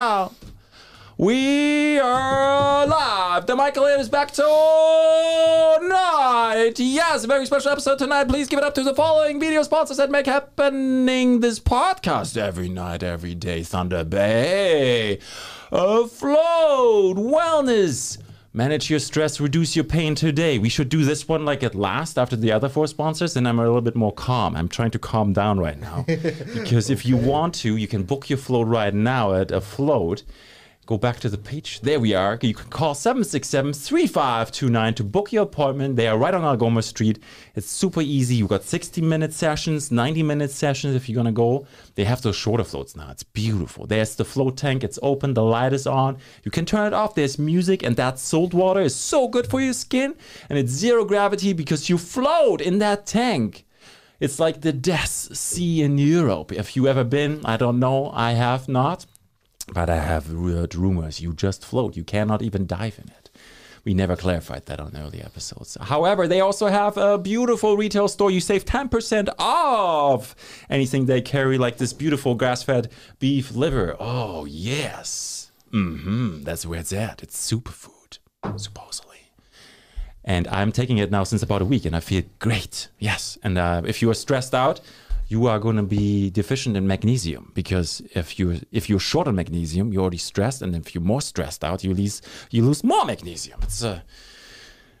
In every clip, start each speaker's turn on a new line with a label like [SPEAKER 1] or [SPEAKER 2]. [SPEAKER 1] Now, we are live. The Michael is back tonight. Yes, a very special episode tonight. Please give it up to the following video sponsors that make happening this podcast every night, every day. Thunder Bay, Afloat, Wellness. Manage your stress, reduce your pain today. We should do this one like at last after the other four sponsors, and I'm a little bit more calm. I'm trying to calm down right now. because if you want to, you can book your float right now at a float. Go back to the page. There we are. You can call 767 3529 to book your appointment. They are right on Algoma Street. It's super easy. you got 60 minute sessions, 90 minute sessions if you're going to go. They have those shorter floats now. It's beautiful. There's the float tank. It's open. The light is on. You can turn it off. There's music, and that salt water is so good for your skin. And it's zero gravity because you float in that tank. It's like the Death Sea in Europe. If you ever been, I don't know. I have not, but I have heard rumors. You just float. You cannot even dive in it. We never clarified that on early episodes. However, they also have a beautiful retail store. You save 10% off anything they carry, like this beautiful grass fed beef liver. Oh, yes. hmm That's where it's at. It's superfood, supposedly and I'm taking it now since about a week, and I feel great. Yes, and uh, if you are stressed out, you are going to be deficient in magnesium because if you if you're short on magnesium, you're already stressed, and if you're more stressed out, you lose you lose more magnesium. It's uh, a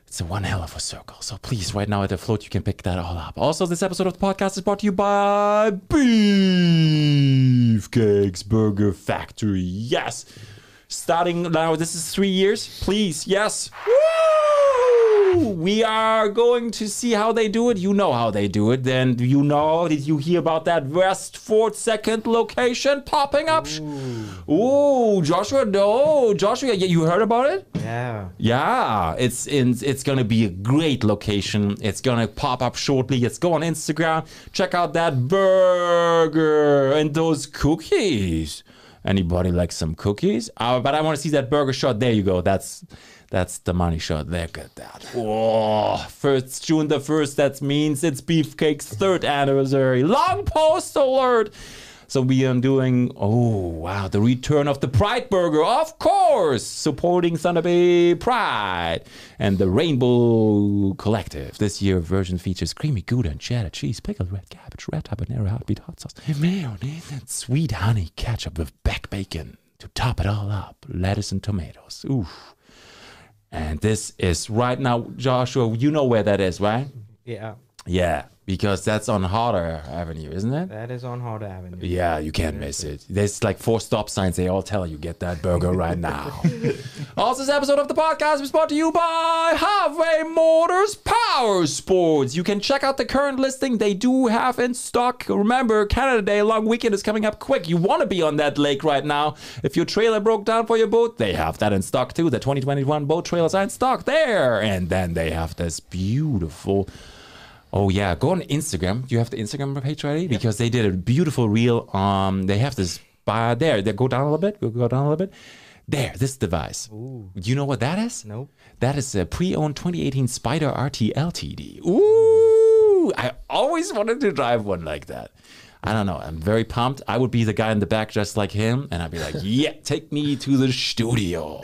[SPEAKER 1] it's a one hell of a circle. So please, right now at the float, you can pick that all up. Also, this episode of the podcast is brought to you by Beefcakes Burger Factory. Yes. Starting now, this is three years. Please, yes. Woo! We are going to see how they do it. You know how they do it. Then you know. Did you hear about that Westford second location popping up? Ooh, Joshua, no, Joshua, yeah, you heard about it?
[SPEAKER 2] Yeah.
[SPEAKER 1] Yeah, it's in, it's gonna be a great location. It's gonna pop up shortly. Let's go on Instagram. Check out that burger and those cookies. Anybody like some cookies? Uh, but I want to see that burger shot. There you go. That's that's the money shot. Look at that. Whoa! First June the first. That means it's Beefcake's third anniversary. Long post alert. So we are doing, oh wow, the return of the Pride Burger, of course, supporting Thunder Bay Pride and the Rainbow Collective. This year version features creamy Gouda and cheddar cheese, pickled red cabbage, red habanero, hotbeat hot sauce, mayonnaise, and sweet honey ketchup with back bacon to top it all up, lettuce and tomatoes. Oof. And this is right now, Joshua, you know where that is, right?
[SPEAKER 2] Yeah.
[SPEAKER 1] Yeah, because that's on Harder Avenue, isn't it?
[SPEAKER 2] That is on Harder Avenue.
[SPEAKER 1] Yeah, you can't miss it. There's like four stop signs. They all tell you get that burger right now. also, this episode of the podcast is brought to you by Harvey Motors Power Sports. You can check out the current listing they do have in stock. Remember, Canada Day long weekend is coming up quick. You want to be on that lake right now. If your trailer broke down for your boat, they have that in stock too. The 2021 boat trailers are in stock there. And then they have this beautiful. Oh yeah, go on Instagram. Do you have the Instagram page already? Because they did a beautiful reel. Um, they have this bar there. They go down a little bit. Go, go down a little bit. There, this device. You know what that is?
[SPEAKER 2] Nope.
[SPEAKER 1] That is a pre-owned 2018 Spider RT Ltd. Ooh, I always wanted to drive one like that. I don't know. I'm very pumped. I would be the guy in the back just like him, and I'd be like, "Yeah, take me to the studio."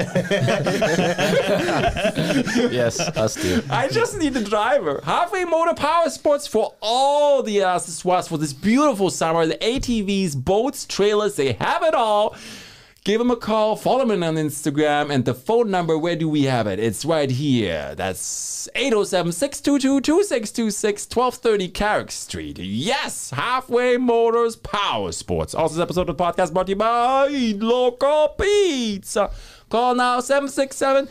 [SPEAKER 3] yes, us too.
[SPEAKER 1] I just need the driver. Halfway Motor Power Sports for all the accessories for this beautiful summer. The ATVs, boats, trailers, they have it all. Give them a call, follow them on Instagram, and the phone number, where do we have it? It's right here. That's 807 622 2626 1230 Carrick Street. Yes, Halfway Motors Power Sports. Also, this episode of the podcast brought to you by Local Pizza. Call now 767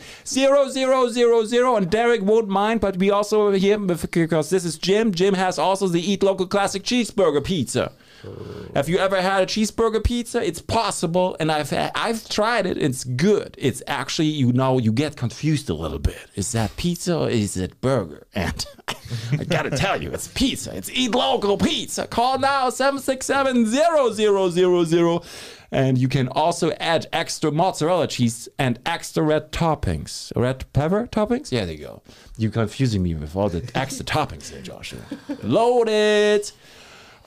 [SPEAKER 1] 0000. And Derek won't mind, but we also here because this is Jim. Jim has also the Eat Local Classic Cheeseburger Pizza. Have you ever had a cheeseburger pizza? It's possible, and I've I've tried it. It's good. It's actually you know you get confused a little bit. Is that pizza or is it burger? And I gotta tell you, it's pizza. It's Eat Local Pizza. Call now 767 0000. And you can also add extra mozzarella cheese and extra red toppings. Red pepper toppings? Yeah, there you go. You're confusing me with all the extra toppings there, Joshua. Loaded.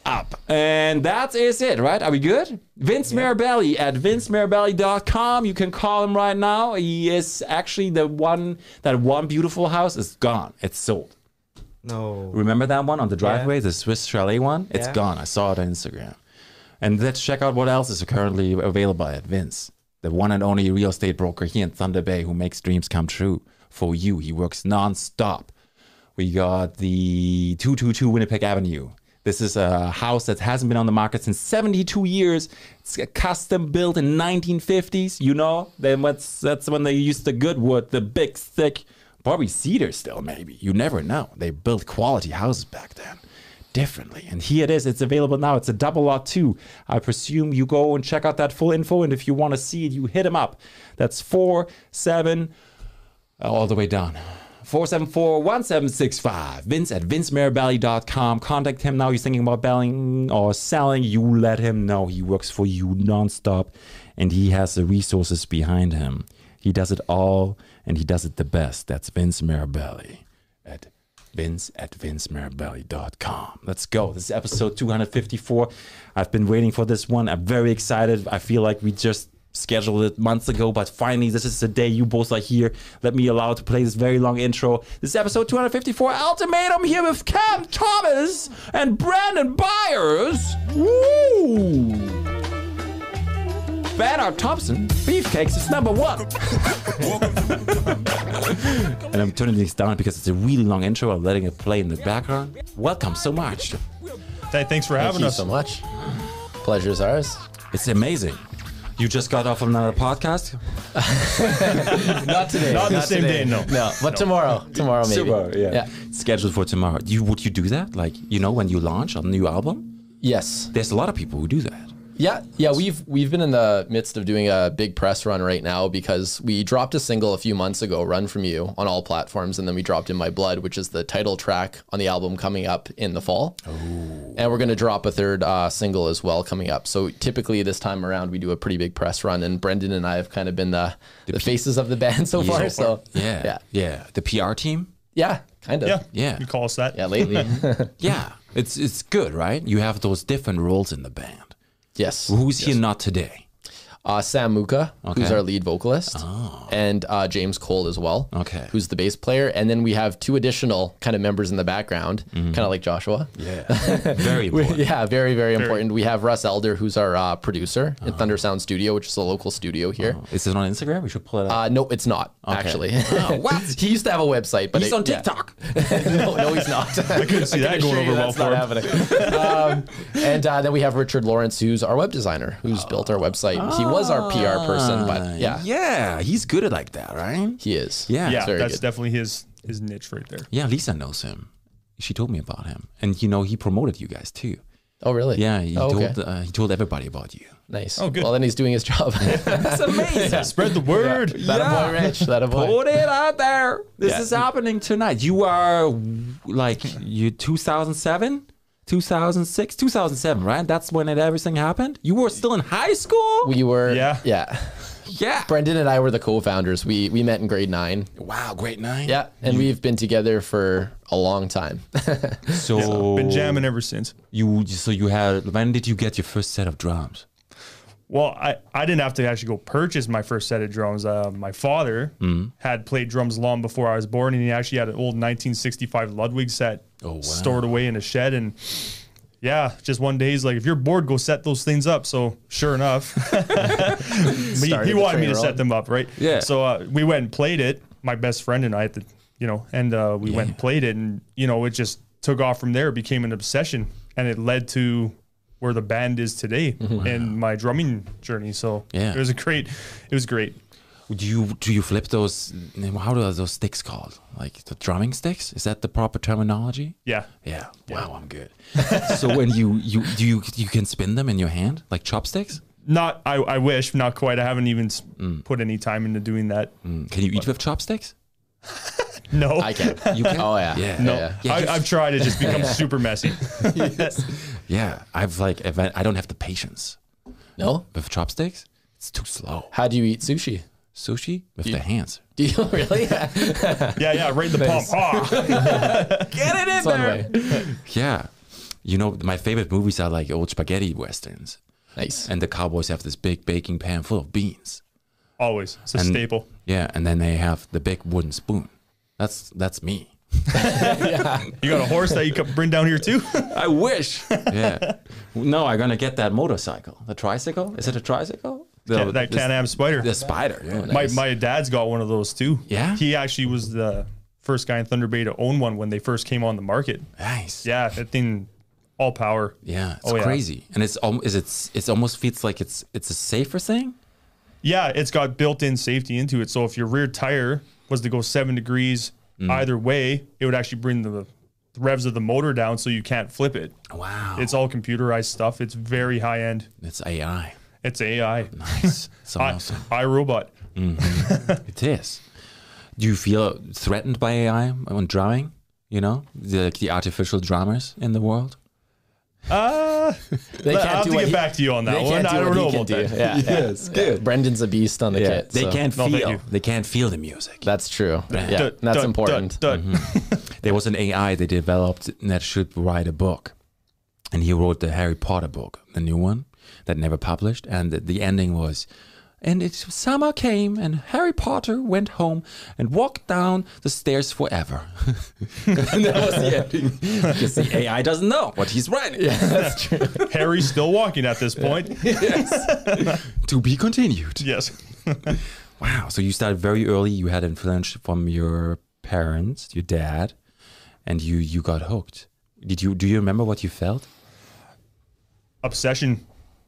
[SPEAKER 1] up. And that is it, right? Are we good? Vince Mirabelli at vincemirabelli.com. You can call him right now. He is actually the one, that one beautiful house is gone. It's sold.
[SPEAKER 2] No.
[SPEAKER 1] Remember that one on the driveway, the Swiss chalet one? It's
[SPEAKER 2] Yeah.
[SPEAKER 1] gone. I saw it on Instagram. And let's check out what else is currently available at Vince, the one and only real estate broker here in Thunder Bay who makes dreams come true for you. He works nonstop. We got the 222 Winnipeg Avenue. This is a house that hasn't been on the market since 72 years. It's custom built in 1950s. You know, then what's that's when they used the good wood, the big thick, probably cedar still maybe. You never know. They built quality houses back then differently. And here it is. It's available now. It's a double lot too. I presume you go and check out that full info. And if you want to see it, you hit him up. That's four seven uh, all the way down. 474-1765. Vince at vincemirabelli.com. Contact him now. He's thinking about belling or selling. You let him know. He works for you nonstop. And he has the resources behind him. He does it all and he does it the best. That's Vince Mirabelli at vince at vincemirabelli.com. Let's go. This is episode 254. I've been waiting for this one. I'm very excited. I feel like we just scheduled it months ago, but finally, this is the day you both are here. Let me allow to play this very long intro. This is episode 254 Ultimatum here with Cam Thomas and Brandon Byers. Woo! Banner Thompson, Beefcakes is number one. And I'm turning these down because it's a really long intro. I'm letting it play in the background. Welcome so much.
[SPEAKER 2] Hey, thanks for
[SPEAKER 3] Thank
[SPEAKER 2] having
[SPEAKER 3] you
[SPEAKER 2] us.
[SPEAKER 3] so much. Pleasure is ours.
[SPEAKER 1] It's amazing. You just got off another podcast.
[SPEAKER 3] Uh, Not today.
[SPEAKER 2] Not on the same day, no.
[SPEAKER 3] No, but tomorrow. Tomorrow, maybe. Yeah.
[SPEAKER 1] Scheduled for tomorrow. You would you do that? Like you know when you launch a new album?
[SPEAKER 3] Yes.
[SPEAKER 1] There's a lot of people who do that.
[SPEAKER 3] Yeah, yeah, we've we've been in the midst of doing a big press run right now because we dropped a single a few months ago, "Run from You," on all platforms, and then we dropped "In My Blood," which is the title track on the album coming up in the fall, and we're going to drop a third uh, single as well coming up. So typically this time around, we do a pretty big press run, and Brendan and I have kind of been the the, faces of the band so far. So
[SPEAKER 1] Yeah.
[SPEAKER 3] yeah,
[SPEAKER 1] The PR team.
[SPEAKER 3] yeah, kind of,
[SPEAKER 2] Yeah.
[SPEAKER 1] Yeah.
[SPEAKER 2] You call us that.
[SPEAKER 3] yeah lately,
[SPEAKER 1] Yeah. It's it's good, right? You have those different roles in the band.
[SPEAKER 3] yes.
[SPEAKER 1] Who's here not today?
[SPEAKER 3] uh, Sam Muka, who's
[SPEAKER 1] Okay. Oh.
[SPEAKER 3] our lead vocalist, and uh, James Cole as well,
[SPEAKER 1] Okay.
[SPEAKER 3] who's the bass player. And then we have two additional kind of members in the background, kind of like Joshua.
[SPEAKER 1] Mm-hmm. Yeah. Very Oh.
[SPEAKER 3] We-
[SPEAKER 1] important.
[SPEAKER 3] yeah, very, very important. We have Russ Elder, who's our uh, producer at Thunder Sound Studio, which is a local studio here.
[SPEAKER 1] Is it on Instagram? We should pull it up.
[SPEAKER 3] Uh, no, it's not actually.
[SPEAKER 1] Oh, what?
[SPEAKER 3] he used to have a website, but
[SPEAKER 1] He's
[SPEAKER 3] it-
[SPEAKER 1] on
[SPEAKER 3] yeah.
[SPEAKER 1] TikTok.
[SPEAKER 3] no, no, he's not. I
[SPEAKER 2] couldn't see that
[SPEAKER 3] can
[SPEAKER 2] going
[SPEAKER 3] assure you
[SPEAKER 2] over well
[SPEAKER 3] that's not happening. um, and uh, then we have Richard Lawrence, who's our web designer, who's built our website. he was our PR person, but yeah,
[SPEAKER 1] Uh, Yeah. He's good at like that, right?
[SPEAKER 3] he is.
[SPEAKER 1] Yeah.
[SPEAKER 2] Ah, Yeah,
[SPEAKER 3] very
[SPEAKER 2] that's
[SPEAKER 3] good.
[SPEAKER 2] definitely his his niche right there.
[SPEAKER 1] Yeah, Lisa knows him. She told me about him, and you know he promoted you guys too.
[SPEAKER 3] Oh, really?
[SPEAKER 1] Yeah, he
[SPEAKER 3] oh,
[SPEAKER 1] told
[SPEAKER 3] okay.
[SPEAKER 1] uh, he told everybody about you.
[SPEAKER 3] Nice.
[SPEAKER 2] Oh, good.
[SPEAKER 3] Well, then he's doing his job. that
[SPEAKER 1] That's amazing.
[SPEAKER 2] Spread the word.
[SPEAKER 1] Yeah.
[SPEAKER 3] a boy, Rich. That a boy.
[SPEAKER 1] Put it out there. This
[SPEAKER 2] Yeah.
[SPEAKER 1] is happening tonight. You are like you 2007, 2006, 2007, right? That's when it everything happened. You were still in high school.
[SPEAKER 3] We were.
[SPEAKER 2] Yeah.
[SPEAKER 3] Yeah.
[SPEAKER 1] yeah.
[SPEAKER 3] Brendan and I were the co-founders. We we met in grade nine.
[SPEAKER 1] Wow, great night.
[SPEAKER 3] Yeah, and we've been together for a long time.
[SPEAKER 1] So
[SPEAKER 3] Oh.
[SPEAKER 2] Been jamming ever since.
[SPEAKER 1] You so you had when did you get your first set of drums?
[SPEAKER 2] Well, I, I didn't have to actually go purchase my first set of drums. Uh, my father
[SPEAKER 3] Mm-hmm.
[SPEAKER 2] had played drums long before I was born, and he actually had an old 1965 Ludwig set
[SPEAKER 1] Oh, wow.
[SPEAKER 2] stored away in a shed. And yeah, just one day he's like, if you're bored, go set those things up. So sure enough, he,
[SPEAKER 3] Started
[SPEAKER 2] he
[SPEAKER 3] the
[SPEAKER 2] wanted me
[SPEAKER 3] train
[SPEAKER 2] to set
[SPEAKER 3] rolling.
[SPEAKER 2] them up, right?
[SPEAKER 1] Yeah.
[SPEAKER 2] So uh, we went and played it, my best friend and I, at the, you know, and uh, we went and played it, and, you know, it just took off from there, It became an obsession, and it led to where the band is today and my drumming journey. So
[SPEAKER 1] Mm-hmm. Yeah.
[SPEAKER 2] it was a great, it was great.
[SPEAKER 1] Do you do you flip those? How are those sticks called? Like the drumming sticks? Is that the proper terminology?
[SPEAKER 2] Yeah.
[SPEAKER 1] Yeah. Wow, I'm good. so when you you do you you can spin them in your hand like chopsticks?
[SPEAKER 2] Not, I, I wish, not quite. I haven't even s
[SPEAKER 1] Mm.
[SPEAKER 2] put any time into doing that.
[SPEAKER 1] Can you eat with chopsticks?
[SPEAKER 2] No.
[SPEAKER 3] I can.
[SPEAKER 1] You can.
[SPEAKER 3] Oh yeah.
[SPEAKER 1] Yeah.
[SPEAKER 2] no,
[SPEAKER 3] yeah.
[SPEAKER 1] Yeah,
[SPEAKER 2] I,
[SPEAKER 1] just-
[SPEAKER 2] I've tried. It just becomes super messy.
[SPEAKER 1] Yeah, I've like if I I don't have the patience
[SPEAKER 3] No.
[SPEAKER 1] with chopsticks. It's too slow.
[SPEAKER 3] How do you eat sushi?
[SPEAKER 1] Sushi with the hands.
[SPEAKER 3] Do you really? That's
[SPEAKER 2] Yeah, yeah, right in the palm. Ah.
[SPEAKER 1] Get it in
[SPEAKER 3] one way.
[SPEAKER 1] Yeah. you know, my favorite movies are like old spaghetti westerns,
[SPEAKER 3] Nice.
[SPEAKER 1] and the cowboys have this big baking pan full of beans.
[SPEAKER 2] Always. It's a
[SPEAKER 1] And-
[SPEAKER 2] staple.
[SPEAKER 1] Yeah, and then they have the big wooden spoon. That's that's me.
[SPEAKER 2] You got a horse that you could bring down here too?
[SPEAKER 1] I wish. yeah. No, I'm gonna get that motorcycle. The tricycle? Is it a tricycle? The,
[SPEAKER 2] that
[SPEAKER 1] the-
[SPEAKER 2] Can Am Spider.
[SPEAKER 1] The spider. Yeah.
[SPEAKER 2] My, my dad's got one of those too.
[SPEAKER 1] Yeah?
[SPEAKER 2] He actually was the first guy in Thunder Bay to own one when they first came on the market.
[SPEAKER 1] nice.
[SPEAKER 2] Yeah, that thing, all power.
[SPEAKER 1] Yeah, it's
[SPEAKER 2] Oh, yeah.
[SPEAKER 1] crazy, and it's al- is it's it's almost feels like it's it's a safer thing.
[SPEAKER 2] Yeah, it's got built in safety into it. So if your rear tire was to go seven degrees
[SPEAKER 3] Mm.
[SPEAKER 2] either way, it would actually bring the, the revs of the motor down so you can't flip it.
[SPEAKER 3] Oh.
[SPEAKER 1] Wow, it's
[SPEAKER 2] It's all computerized stuff, it's very high end.
[SPEAKER 1] it's AI.
[SPEAKER 2] It's AI.
[SPEAKER 1] Nice, so
[SPEAKER 2] I,
[SPEAKER 1] awesome.
[SPEAKER 2] iRobot.
[SPEAKER 1] It is. Do you feel threatened by AI on drumming? You know, the the artificial drummers in the world.
[SPEAKER 2] Uh,
[SPEAKER 3] They
[SPEAKER 2] I'll have to
[SPEAKER 3] what
[SPEAKER 2] get
[SPEAKER 3] he-
[SPEAKER 2] back to you on that
[SPEAKER 3] they
[SPEAKER 2] one.
[SPEAKER 3] can't
[SPEAKER 2] I
[SPEAKER 3] do
[SPEAKER 2] don't
[SPEAKER 3] what
[SPEAKER 2] know
[SPEAKER 3] he
[SPEAKER 2] about
[SPEAKER 3] can
[SPEAKER 2] that.
[SPEAKER 3] do. Yeah, yeah.
[SPEAKER 1] Yes, good.
[SPEAKER 3] Brendan's a beast on the
[SPEAKER 1] Yeah,
[SPEAKER 3] kit.
[SPEAKER 1] they
[SPEAKER 3] so
[SPEAKER 1] can't
[SPEAKER 2] No, thank
[SPEAKER 1] feel.
[SPEAKER 2] you.
[SPEAKER 1] They can't feel the music.
[SPEAKER 3] That's true. Yeah,
[SPEAKER 2] Dun,
[SPEAKER 3] that's
[SPEAKER 2] dun,
[SPEAKER 3] important. Mm-hmm.
[SPEAKER 2] dun, dun.
[SPEAKER 1] There was an AI they developed that should write a book, and he wrote the Harry Potter book, the new one that never published, and the, the ending was. And it summer came, and Harry Potter went home and walked down the stairs forever. and that was the ending. Because the AI doesn't know what he's writing.
[SPEAKER 3] That's true.
[SPEAKER 2] Harry's still walking at this point.
[SPEAKER 1] To be continued.
[SPEAKER 2] yes.
[SPEAKER 1] Wow. So you started very early. You had influence from your parents, your dad, and you you got hooked. Did you do you remember what you felt?
[SPEAKER 2] Obsession.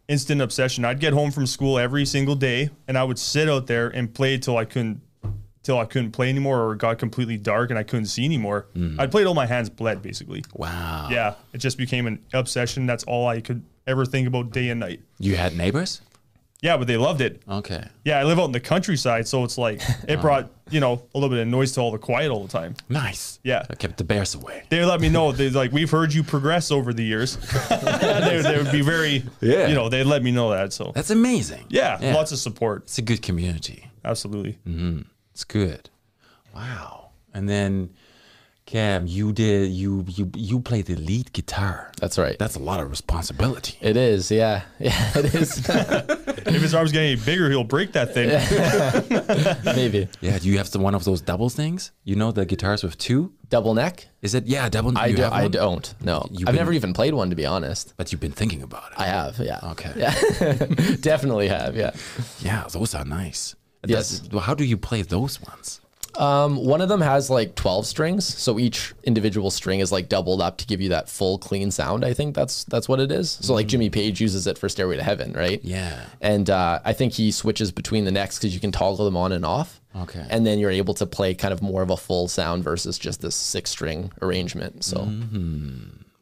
[SPEAKER 2] Instant obsession. I'd get home from school every single day and I would sit out there and play till I couldn't till I couldn't play anymore or it got completely dark and I couldn't see anymore. I'd play till my hands bled basically.
[SPEAKER 1] Wow.
[SPEAKER 2] Yeah. It just became an obsession. That's all I could ever think about day and night.
[SPEAKER 1] You had neighbors?
[SPEAKER 2] Yeah, but they loved it.
[SPEAKER 1] Okay.
[SPEAKER 2] Yeah, I live out in the countryside, so it's like it brought, you know, a little bit of noise to all the quiet all the time.
[SPEAKER 1] Nice.
[SPEAKER 2] Yeah.
[SPEAKER 1] I kept the bears away.
[SPEAKER 2] they let me know. They like we've heard you progress over the years. they, they would be very,
[SPEAKER 1] Yeah.
[SPEAKER 2] you know, they let me know that. So
[SPEAKER 1] That's amazing.
[SPEAKER 2] yeah, lots of support.
[SPEAKER 1] It's a good community.
[SPEAKER 2] Absolutely.
[SPEAKER 1] It's good. Wow. And then Cam, you did you you you play the lead guitar.
[SPEAKER 3] That's right.
[SPEAKER 1] That's a lot of responsibility.
[SPEAKER 3] It is. Yeah. Yeah. It is.
[SPEAKER 2] If his arm's getting any bigger, he'll break that thing.
[SPEAKER 3] Maybe
[SPEAKER 1] Yeah, do you have the, one of those double things? You know the guitars with two?
[SPEAKER 3] double neck.
[SPEAKER 1] Is it yeah, double
[SPEAKER 3] I,
[SPEAKER 1] you
[SPEAKER 3] do,
[SPEAKER 1] have
[SPEAKER 3] I
[SPEAKER 1] one?
[SPEAKER 3] don't. No,
[SPEAKER 1] You've
[SPEAKER 3] I've
[SPEAKER 1] been-
[SPEAKER 3] never even played one to be honest.
[SPEAKER 1] But you've been thinking about it.
[SPEAKER 3] I have. Yeah.
[SPEAKER 1] okay. Yeah.
[SPEAKER 3] Yeah. Definitely have. Yeah.
[SPEAKER 1] those are nice.
[SPEAKER 3] Yes.
[SPEAKER 1] That's- how do you play those ones?
[SPEAKER 3] Um, one of them has like 12 strings, so each individual string is like doubled up to give you that full clean sound. I think that's that's what it is. So like Jimmy Page uses it for Stairway to Heaven, right?
[SPEAKER 1] Yeah.
[SPEAKER 3] And uh, I think he switches between the necks because you can toggle them on and off.
[SPEAKER 1] Okay.
[SPEAKER 3] And then you're able to play kind of more of a full sound versus just this six string arrangement. So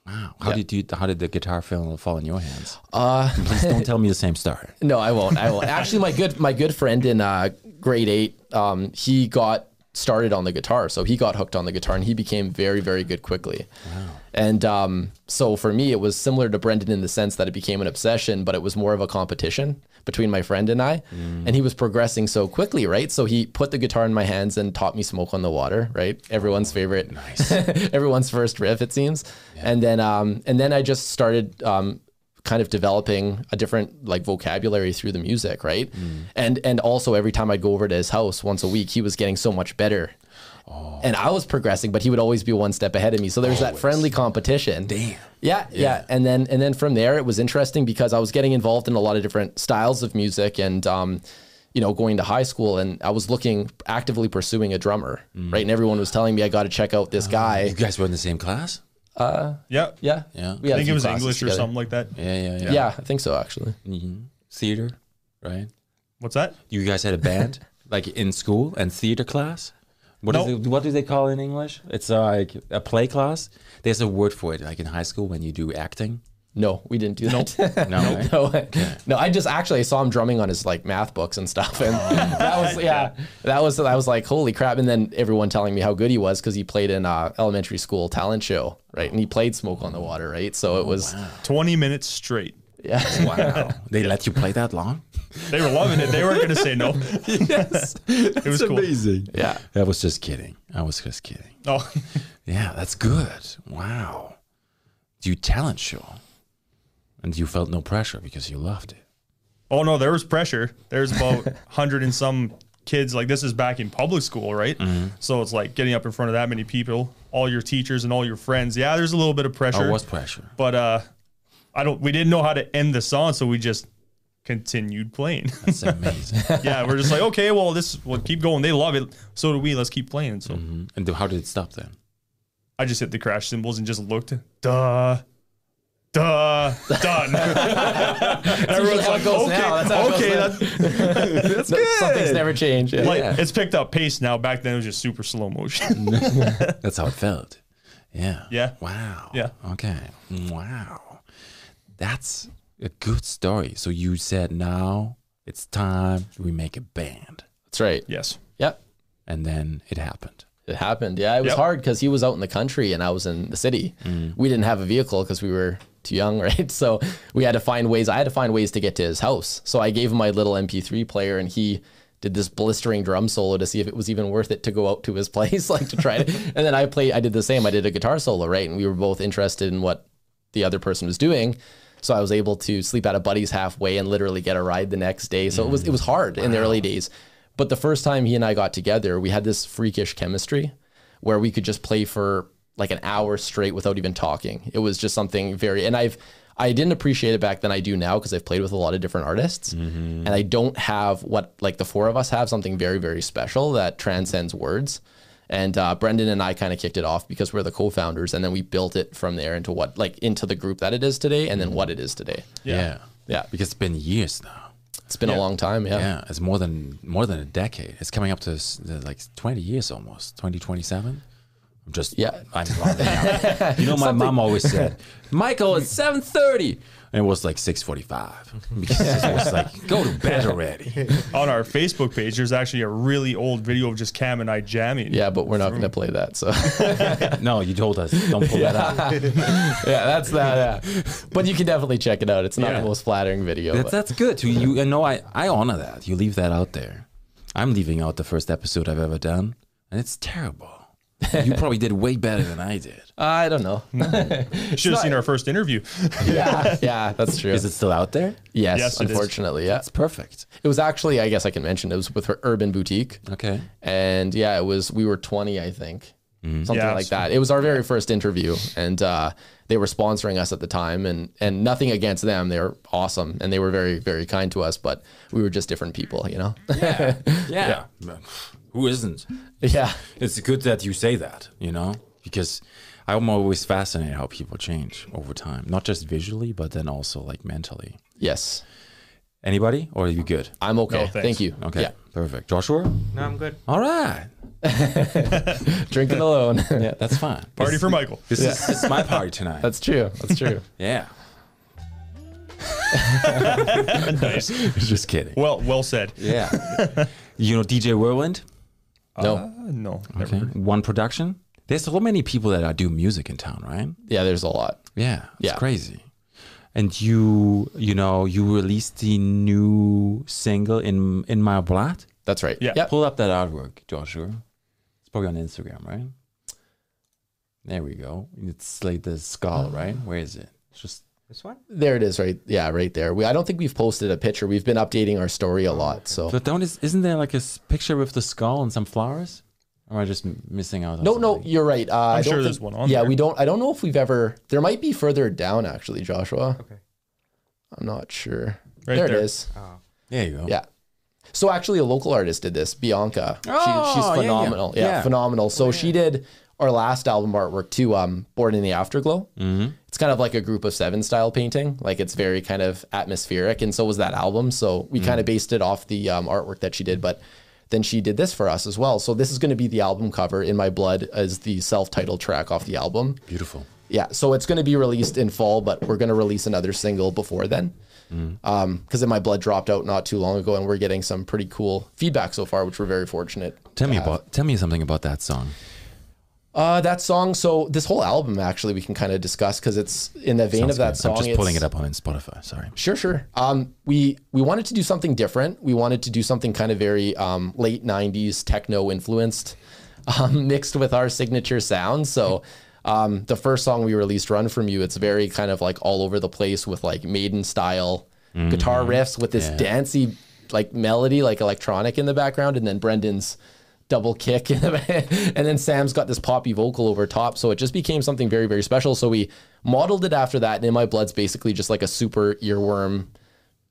[SPEAKER 1] Wow. How did you how did the guitar fall, fall in your hands? please don't tell me the same story.
[SPEAKER 3] No, I won't. I won't. Actually, my good my good friend in uh, grade eight, um, he got started on the guitar, so he got hooked on the guitar, and he became very very good quickly. Wow. And um, so for me, it was similar to Brendan in the sense that it became an obsession, but it was more of a competition between my friend and I. And he was progressing so quickly, right? So he put the guitar in my hands and taught me "Smoke on the Water," right? Everyone's favorite, Oh, nice. everyone's first riff, it seems. And then um, and then I just started um, kind of developing a different like vocabulary through the music, right? And and also every time I'd go over to his house once a week, he was getting so much better. And I was progressing, but he would always be one step ahead of me. So there's that friendly competition. Damn. Yeah, yeah, And then and then from there it was interesting because I was getting involved in a lot of different styles of music and um you know, going to high school and I was looking actively pursuing a drummer, right? And everyone was telling me I got to check out this guy.
[SPEAKER 1] You guys were in the same class?
[SPEAKER 2] Yeah.
[SPEAKER 3] Yeah.
[SPEAKER 1] Yeah.
[SPEAKER 3] We had
[SPEAKER 2] I
[SPEAKER 3] a
[SPEAKER 2] think
[SPEAKER 3] few
[SPEAKER 2] it was
[SPEAKER 3] classes
[SPEAKER 2] English or
[SPEAKER 3] together.
[SPEAKER 2] something like that.
[SPEAKER 1] Yeah, yeah, yeah.
[SPEAKER 3] Yeah. I think so actually.
[SPEAKER 1] Theater, right?
[SPEAKER 2] What's that?
[SPEAKER 1] You guys had a band like in school and theater class. What is
[SPEAKER 2] Nope.
[SPEAKER 1] it, what do they call it in English? It's uh, like a play class. There's a word for it, like in high school when you do acting.
[SPEAKER 3] No, we didn't do that.
[SPEAKER 1] No, right?
[SPEAKER 3] no, no. I just actually I saw him drumming on his like math books and stuff, and that was yeah, that was I was like, holy crap! And then everyone telling me how good he was because he played in uh, elementary school talent show, right? And he played Smoke on the Water, right?
[SPEAKER 2] Oh,
[SPEAKER 3] So it was
[SPEAKER 2] 20 minutes straight.
[SPEAKER 3] yeah,
[SPEAKER 1] wow, they let you play that long.
[SPEAKER 2] They were loving it. They weren't going to say no.
[SPEAKER 1] yes, it
[SPEAKER 2] was cool.
[SPEAKER 1] amazing.
[SPEAKER 3] Yeah.
[SPEAKER 1] I was just kidding. I was just kidding.
[SPEAKER 2] Oh,
[SPEAKER 1] Yeah, that's good. Wow. Do you talent show, and you felt no pressure because you loved it.
[SPEAKER 2] Oh no, there was pressure. There's about hundred and some kids. Like this is back in public school, right? So it's like getting up in front of that many people, all your teachers and all your friends. Yeah, there's a little bit of pressure.
[SPEAKER 1] There was pressure.
[SPEAKER 2] but uh, I don't. We didn't know how to end the song, so we just continued playing.
[SPEAKER 1] It's amazing.
[SPEAKER 2] yeah, we're just like, okay, well, this will keep going. They love it. So do we. Let's keep playing. So
[SPEAKER 1] Mhm. And how did it stop then?
[SPEAKER 2] I just hit the crash cymbals and just looked. Duh. Duh, done. And everyone's
[SPEAKER 3] how it
[SPEAKER 2] like,
[SPEAKER 3] goes
[SPEAKER 2] okay,
[SPEAKER 3] now. That's how it goes
[SPEAKER 2] okay,
[SPEAKER 3] now."
[SPEAKER 2] that's,
[SPEAKER 3] Something's never changed. Yeah.
[SPEAKER 2] like
[SPEAKER 1] Yeah.
[SPEAKER 2] it's picked up pace now. Back then it was just super slow motion.
[SPEAKER 1] That's how it felt. Yeah.
[SPEAKER 2] Yeah.
[SPEAKER 1] Wow.
[SPEAKER 2] Yeah.
[SPEAKER 1] Okay. Wow. That's a good story. So you said now it's time we make a band.
[SPEAKER 3] That's right.
[SPEAKER 2] yes.
[SPEAKER 3] Yep.
[SPEAKER 1] And then it happened.
[SPEAKER 3] It happened. Yeah, it was
[SPEAKER 2] Yep.
[SPEAKER 3] hard because he was out in the country and I was in the city. We didn't have a vehicle because we were too young, right? So we had to find ways. I had to find ways to get to his house. So I gave him my little MP3 player and he did this blistering drum solo to see if it was even worth it to go out to his place, like to try it. And then I played, I did the same. I did a guitar solo, right? And we were both interested in what the other person was doing. So I was able to sleep at a buddy's halfway and literally get a ride the next day. So it was it was hard in the early days. But the first time he and I got together, we had this freakish chemistry where we could just play for like an hour straight without even talking. It was just something very and I've I didn't appreciate it back then I do now because I've played with a lot of different artists and I don't have what like the four of us have something very very special that transcends words. And uh, Brendan and I kind of kicked it off because we're the co-founders, and then we built it from there into what like into the group that it is today, and then what it is today.
[SPEAKER 1] Yeah. Yeah.
[SPEAKER 3] Yeah.
[SPEAKER 1] Because it's been years now.
[SPEAKER 3] It's been a long time, yeah.
[SPEAKER 1] Yeah. It's more than more than a decade. It's coming up to s- uh, like 20 years almost. 2027. I'm just
[SPEAKER 3] Yeah.
[SPEAKER 1] I'm rounding up. you know, my mom always said, "Michael, it's 7:30." And it was like 6:45 because it was like, "Go to bed already."
[SPEAKER 2] On our Facebook page, there's actually a really old video of just Cam and I jamming.
[SPEAKER 3] Yeah, but we're not going to play that. So
[SPEAKER 1] No, you told us. Don't pull that out.
[SPEAKER 3] yeah, that's that. Yeah. But you can definitely check it out. It's not
[SPEAKER 1] Yeah.
[SPEAKER 3] the most flattering video.
[SPEAKER 1] That's,
[SPEAKER 3] but
[SPEAKER 1] that's good. You, you know, I, I honor that. You leave that out there. I'm leaving out the first episode I've ever done, and it's terrible. You probably did way better than I did.
[SPEAKER 3] I don't know.
[SPEAKER 2] Should have seen our first interview.
[SPEAKER 3] yeah, yeah, that's true.
[SPEAKER 1] Is it still out there?
[SPEAKER 3] yes,
[SPEAKER 2] Yes, it is.
[SPEAKER 3] unfortunately, yeah.
[SPEAKER 1] It's perfect.
[SPEAKER 3] It was actually, I guess I can mention, it was with her Urban Boutique.
[SPEAKER 1] Okay.
[SPEAKER 3] and yeah, it was we were 20, I think, something
[SPEAKER 2] Yeah,
[SPEAKER 3] like that. It was our very first interview, and uh, they were sponsoring us at the time, and and nothing against them, they're awesome, and they were very very kind to us, but we were just different people, you know.
[SPEAKER 1] Yeah. Who isn't?
[SPEAKER 3] yeah,
[SPEAKER 1] It's good that you say that, you know, because I'm always fascinated how people change over time, not just visually, but then also like mentally.
[SPEAKER 3] yes,
[SPEAKER 1] Anybody? Or are you good?
[SPEAKER 3] I'm okay.
[SPEAKER 2] thanks.
[SPEAKER 3] Thank you.
[SPEAKER 1] Okay.
[SPEAKER 3] yeah.
[SPEAKER 1] Perfect. Joshua?
[SPEAKER 4] No, I'm good.
[SPEAKER 1] All right.
[SPEAKER 3] drinking alone. yeah,
[SPEAKER 1] That's fine.
[SPEAKER 2] Party for Michael.
[SPEAKER 1] This is it's my party tonight.
[SPEAKER 3] that's true. That's true.
[SPEAKER 1] yeah.
[SPEAKER 2] nice.
[SPEAKER 1] Just kidding.
[SPEAKER 2] Well, well said.
[SPEAKER 1] Yeah. you know DJ Whirlwind?
[SPEAKER 3] no,
[SPEAKER 2] Uh, no. never.
[SPEAKER 1] Okay. One production. There's so many people that are do music in town, right?
[SPEAKER 3] yeah, there's a lot.
[SPEAKER 1] Yeah. It's
[SPEAKER 3] Yeah.
[SPEAKER 1] crazy. And you, you know, you released the new single in in my blood.
[SPEAKER 3] That's right.
[SPEAKER 2] Yeah.
[SPEAKER 3] Yep.
[SPEAKER 1] Pull up that artwork, Joshua. It's probably on Instagram, right? There we go. It's like the skull, right? Where is it? It's just
[SPEAKER 4] This one?
[SPEAKER 3] there it is. Right. Yeah, right there. We I don't think we've posted a picture. We've been updating our story a lot. So
[SPEAKER 1] But don't is isn't there like a s- picture with the skull and some flowers? Or am I just m- missing out? On
[SPEAKER 3] No, no,
[SPEAKER 1] something?
[SPEAKER 3] you're right. Uh, I'm I do not
[SPEAKER 2] sure
[SPEAKER 3] think,
[SPEAKER 2] there's one on
[SPEAKER 3] Yeah,
[SPEAKER 2] there.
[SPEAKER 3] we don't. I don't know if we've ever. There might be further down actually, Joshua. Okay. I'm not sure.
[SPEAKER 2] Right
[SPEAKER 3] there,
[SPEAKER 2] there.
[SPEAKER 3] it is.
[SPEAKER 1] There you go.
[SPEAKER 3] Yeah. So actually, a local artist did this, Bianca.
[SPEAKER 1] Oh,
[SPEAKER 3] she, she's
[SPEAKER 1] yeah, yeah.
[SPEAKER 3] phenomenal. Yeah,
[SPEAKER 1] Yeah.
[SPEAKER 3] phenomenal. So she did our last album artwork too, um, Born in the Afterglow. Mm-hmm. It's kind of like a group of seven style painting. Like it's very kind of atmospheric, and so was that album. So
[SPEAKER 1] Mm-hmm.
[SPEAKER 3] we kind of based it off the um, artwork that she did, but then she did this for us as well. So this is going to be the album cover. In My Blood as the self-titled track off the album.
[SPEAKER 1] Beautiful.
[SPEAKER 3] Yeah, so it's going to be released in fall, but we're going to release another single before then.
[SPEAKER 1] Mm.
[SPEAKER 3] Because then my blood dropped out not too long ago, and we're getting some pretty cool feedback so far, which we're very fortunate.
[SPEAKER 1] Tell
[SPEAKER 3] to
[SPEAKER 1] me
[SPEAKER 3] have.
[SPEAKER 1] about tell me something about that song.
[SPEAKER 3] uh, that song. So this whole album, actually, we can kind of discuss because it's in the vein
[SPEAKER 1] Sounds
[SPEAKER 3] of that
[SPEAKER 1] good.
[SPEAKER 3] song.
[SPEAKER 1] I'm just pulling
[SPEAKER 3] it's-
[SPEAKER 1] it up on Spotify. Sorry.
[SPEAKER 3] Sure, sure. Um, we we wanted to do something different. We wanted to do something kind of very um, late '90s techno influenced, um, mixed with our signature sound. So Um, the first song we released, Run From You, it's very kind of like all over the place with like maiden style guitar riffs with this dancey like melody, like electronic in the background, and then Brendan's double kick in the back. and then Sam's got this poppy vocal over top. So it just became something very, very special. So we modeled it after that, and In My Blood's basically just like a super earworm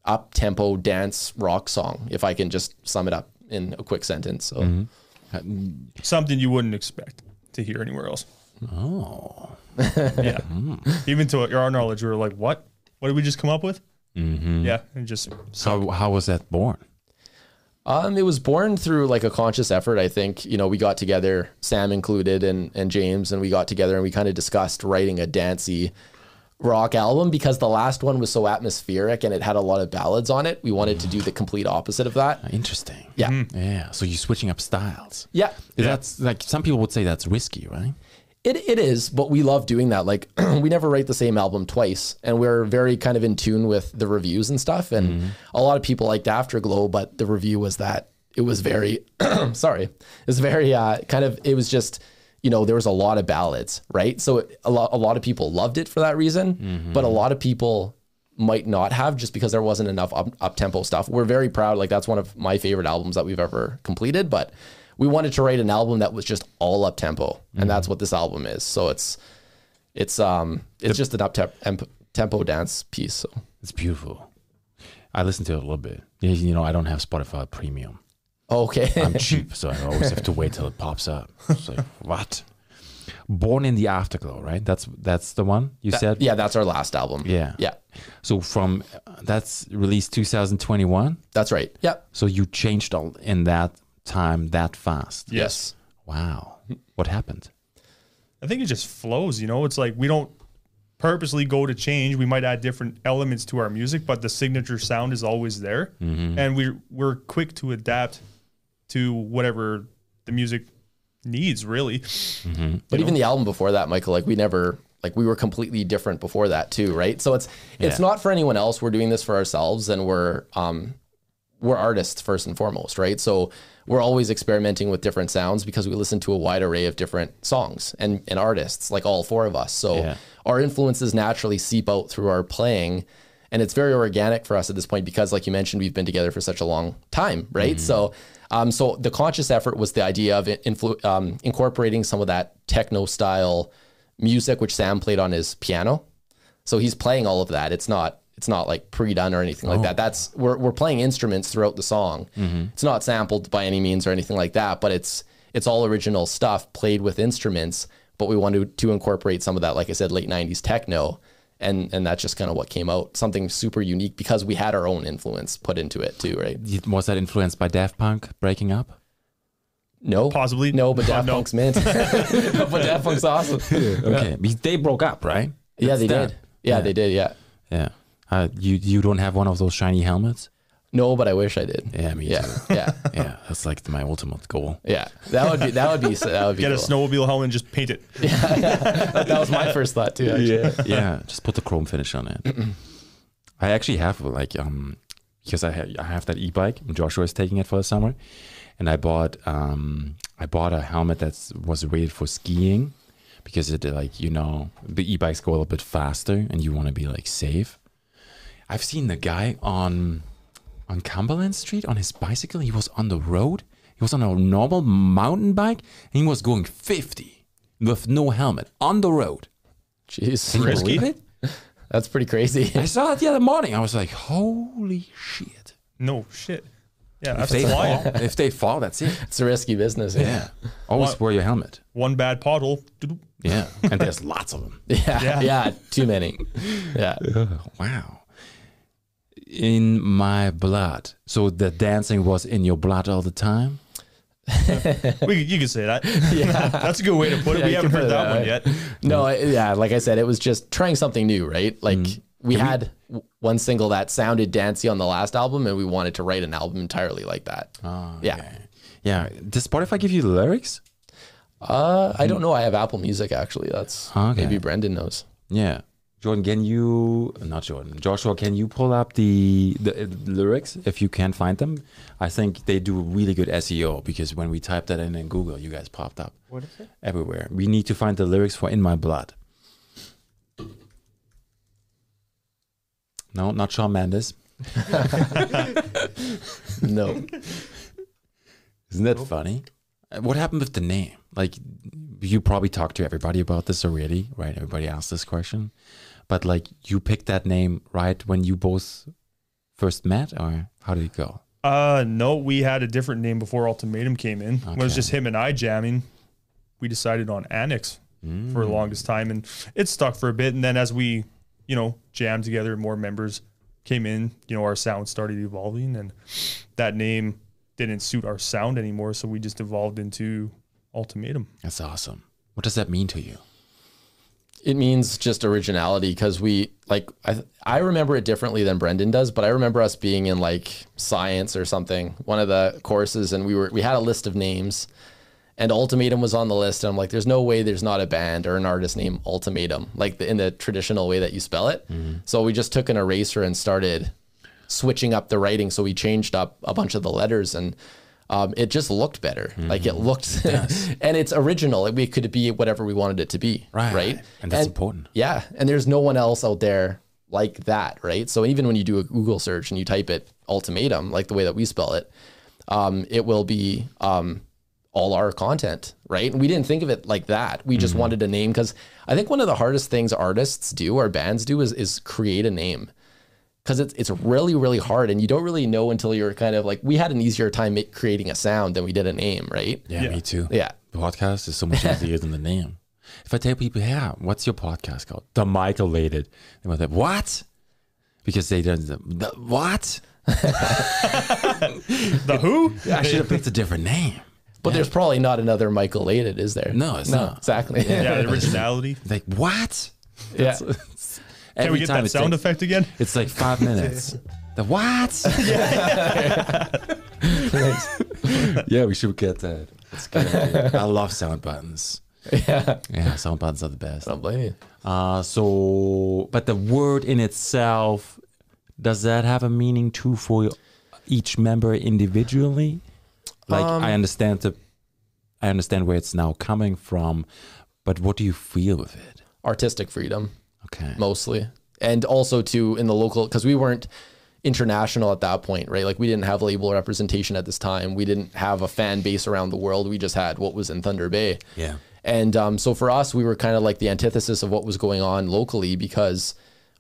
[SPEAKER 3] up tempo dance rock song, if I can just sum it up in a quick sentence. So
[SPEAKER 2] something you wouldn't expect to hear anywhere else. Oh, yeah. Even to our knowledge, we were like, "What? What did we just come up with?" Mm-hmm. Yeah, and just so
[SPEAKER 1] How, how was that born?
[SPEAKER 3] Um, it was born through like a conscious effort. I think you know we got together, Sam included, and and James, and we got together and we kind of discussed writing a dancey rock album because the last one was so atmospheric and it had a lot of ballads on it. We wanted to do the complete opposite of that.
[SPEAKER 1] Interesting.
[SPEAKER 3] Yeah,
[SPEAKER 1] Yeah. So you're switching up styles.
[SPEAKER 3] Mm-hmm. yeah,
[SPEAKER 1] That's like some people would say that's risky, right?
[SPEAKER 3] it it is. But we love doing that. Like we never write the same album twice, and we're very kind of in tune with the reviews and stuff. And a lot of people liked Afterglow, but the review was that it was very sorry. It was very uh, kind of it was just you know there was a lot of ballads, right? So it, a lot a lot of people loved it for that reason, but a lot of people might not have just because there wasn't enough up, up tempo stuff. We're very proud like that's one of my favorite albums that we've ever completed, but we wanted to write an album that was just all up tempo
[SPEAKER 1] Mm-hmm.
[SPEAKER 3] and that's what this album is. So it's it's um it's just an up temp- tempo dance piece. So
[SPEAKER 1] It's beautiful. I listen to it a little bit. You- You know, I don't have Spotify Premium.
[SPEAKER 3] okay.
[SPEAKER 1] I'm cheap, so I always have to wait till it pops up. It's like what? Born in the Afterglow, right? That's that's the one you said.
[SPEAKER 3] yeah, that's our last album.
[SPEAKER 1] Yeah.
[SPEAKER 3] Yeah.
[SPEAKER 1] So from that's released 2021.
[SPEAKER 3] That's right. Yep.
[SPEAKER 1] So you changed all in that time that fast.
[SPEAKER 2] yes.
[SPEAKER 1] Wow. What happened?
[SPEAKER 2] I think it just flows, you know. It's like we don't purposely go to change. We might add different elements to our music, but the signature sound is always there,
[SPEAKER 1] Mm-hmm.
[SPEAKER 2] and we we're quick to adapt to whatever the music needs, really.
[SPEAKER 3] But even the album before that, Michael, like we never like we were completely different before that too, right? So it's it's not for anyone else. We're doing this for ourselves and we're um we're artists first and foremost, right? So we're always experimenting with different sounds because we listen to a wide array of different songs and, and artists, like all four of us. So
[SPEAKER 1] Yeah.
[SPEAKER 3] our influences naturally seep out through our playing. And it's very organic for us at this point because, like you mentioned, we've been together for such a long time, right? So, um, so the conscious effort was the idea of influ- um, incorporating some of that techno style music, which Sam played on his piano. So he's playing all of that. It's not it's not like pre-done or anything like that. That's we're we're playing instruments throughout the song. It's not sampled by any means or anything like that, but it's it's all original stuff played with instruments, but we wanted to incorporate some of that like I said late 90s techno and and that's just kind of what came out. Something super unique because we had our own influence put into it too, right?
[SPEAKER 1] Did- Was that influenced by Daft Punk breaking up?
[SPEAKER 3] No.
[SPEAKER 2] Possibly.
[SPEAKER 3] No, but Daft
[SPEAKER 2] No.
[SPEAKER 3] Punk's mint. but Daft Punk's awesome.
[SPEAKER 1] Okay, because they broke up, right?
[SPEAKER 3] Yeah,
[SPEAKER 1] That's
[SPEAKER 3] they
[SPEAKER 1] them.
[SPEAKER 3] did. yeah, they did. Yeah.
[SPEAKER 1] Yeah. Uh, you you don't have one of those shiny helmets?
[SPEAKER 3] No, but I wish I did.
[SPEAKER 1] Yeah, me too.
[SPEAKER 3] Yeah. Yeah.
[SPEAKER 1] Yeah, that's like my ultimate goal.
[SPEAKER 3] Yeah, that would be that would be that would be
[SPEAKER 2] Get a
[SPEAKER 3] cool.
[SPEAKER 2] snowmobile helmet and just paint it.
[SPEAKER 3] that was my first thought too. Actually. Yeah.
[SPEAKER 1] yeah, just put the chrome finish on it. I actually have like um because I ha- I have that e-bike. and Joshua is taking it for the summer, and I bought um I bought a helmet that was rated for skiing because it like you know the e-bikes go a little bit faster and you want to be like safe. I've seen the guy on on Cumberland Street on his bicycle. He was on the road. He was on a normal mountain bike and he was going 50 with no helmet on the road.
[SPEAKER 3] Jeez,
[SPEAKER 1] Can you believe it?
[SPEAKER 3] that's pretty crazy.
[SPEAKER 1] I saw it the other morning. I was like, holy shit.
[SPEAKER 2] No shit. Yeah,
[SPEAKER 1] If
[SPEAKER 2] that's
[SPEAKER 1] they,
[SPEAKER 2] flying.
[SPEAKER 1] fall, if they fall, that's it.
[SPEAKER 3] It's a risky business. Yeah.
[SPEAKER 1] Yeah. Always wear your helmet.
[SPEAKER 2] One bad pothole. doo-doo.
[SPEAKER 1] Yeah. And there's lots of them.
[SPEAKER 3] Yeah.
[SPEAKER 2] Yeah.
[SPEAKER 3] yeah, Too many. Yeah.
[SPEAKER 1] Wow. In my blood. So the dancing was in your blood all the time?
[SPEAKER 2] We, you can say that. that's a good way to put it.
[SPEAKER 3] Yeah,
[SPEAKER 2] we
[SPEAKER 3] you
[SPEAKER 2] haven't
[SPEAKER 3] can put
[SPEAKER 2] heard
[SPEAKER 3] it
[SPEAKER 2] that,
[SPEAKER 3] that
[SPEAKER 2] one
[SPEAKER 3] way.
[SPEAKER 2] yet.
[SPEAKER 3] No, I- yeah. Like I said, it was just trying something new, right? Like we had w- one single that sounded dancey on the last album, and we wanted to write an album entirely like that. Yeah.
[SPEAKER 1] Yeah. Does Spotify give you the lyrics?
[SPEAKER 3] Hmm. Uh, I don't know. I have Apple Music actually. That's
[SPEAKER 1] Okay.
[SPEAKER 3] maybe Brendan knows.
[SPEAKER 1] Yeah. Jordan, can you not Jordan? Joshua, can you pull up the, the uh, lyrics if you can find them? I think they do really good SEO because when we typed that in in Google, you guys popped up
[SPEAKER 4] What is it?
[SPEAKER 1] everywhere. We need to find the lyrics for "In My Blood." No, not Shawn Mendes.
[SPEAKER 3] No.
[SPEAKER 1] Isn't that funny? Uh, What happened with the name? Like, you probably talked to everybody about this already, right? Everybody asked this question, but like, you picked that name right when you both first met, or how did it go?
[SPEAKER 2] Uh, no, we had a different name before Ultimatum came in. When it was
[SPEAKER 1] Okay.
[SPEAKER 2] just him and I jamming, we decided on Annex for
[SPEAKER 3] Mm.
[SPEAKER 2] the longest time, and it stuck for a bit. And then as we, you know, jammed together, more members came in. You know, our sound started evolving, and that name didn't suit our sound anymore, so we just evolved into Ultimatum.
[SPEAKER 1] That's awesome. What does that mean to you?
[SPEAKER 3] it means just originality because we like I, I remember it differently than brendan does but i remember us being in like science or something one of the courses and we were we had a list of names and ultimatum was on the list and i'm like there's no way there's not a band or an artist named ultimatum like the, in the traditional way that you spell it so we just took an eraser and started switching up the writing so we changed up a bunch of the letters and um, it just looked better like it looked and it's original like we could be whatever we wanted it to be
[SPEAKER 1] Right.
[SPEAKER 3] right,
[SPEAKER 1] And that's important.
[SPEAKER 3] yeah. And there's no one else out there like that, right? So even when you do a Google search and you type it ultimatum, like the way that we spell it, um, it will be um, all our content, right? And we didn't think of it like that. We just
[SPEAKER 1] Mm-hmm.
[SPEAKER 3] wanted a name because I think one of the hardest things artists do or bands do is is create a name because it's it's really really hard and you don't really know until you're kind of like we had an easier time ma- creating a sound than we did a name, right?
[SPEAKER 1] Yeah, me too.
[SPEAKER 3] Yeah.
[SPEAKER 1] The podcast is so much easier than the name. If I tell people, yeah, what's your podcast called? The Michaelated. They were like, what? Because they don't, the, what?
[SPEAKER 2] The Who?
[SPEAKER 1] I should have picked a different name.
[SPEAKER 3] But there's probably not another Michael Lated, is there?
[SPEAKER 1] No, it's not.
[SPEAKER 3] Exactly.
[SPEAKER 2] Yeah, the originality.
[SPEAKER 1] Like, what?
[SPEAKER 3] yeah.
[SPEAKER 2] Can we get that sound
[SPEAKER 1] effect?
[SPEAKER 2] effect again?
[SPEAKER 1] It's like five minutes. the what? yeah. we should get that. That's good. I love sound buttons.
[SPEAKER 3] yeah.
[SPEAKER 1] Yeah, sound buttons are the best.
[SPEAKER 3] Don't blame you.
[SPEAKER 1] Uh, so, but the word in itself, does that have a meaning too for each member individually? Like, I understand the, I understand where it's now coming from, but what do you feel with it?
[SPEAKER 3] Artistic freedom
[SPEAKER 1] Okay.
[SPEAKER 3] mostly. And also to in the local because we weren't international at that point, right? Like we didn't have label representation at this time. We didn't have a fan base around the world. We just had what was in Thunder Bay.
[SPEAKER 1] Yeah.
[SPEAKER 3] And um, so for us, we were kind of like the antithesis of what was going on locally because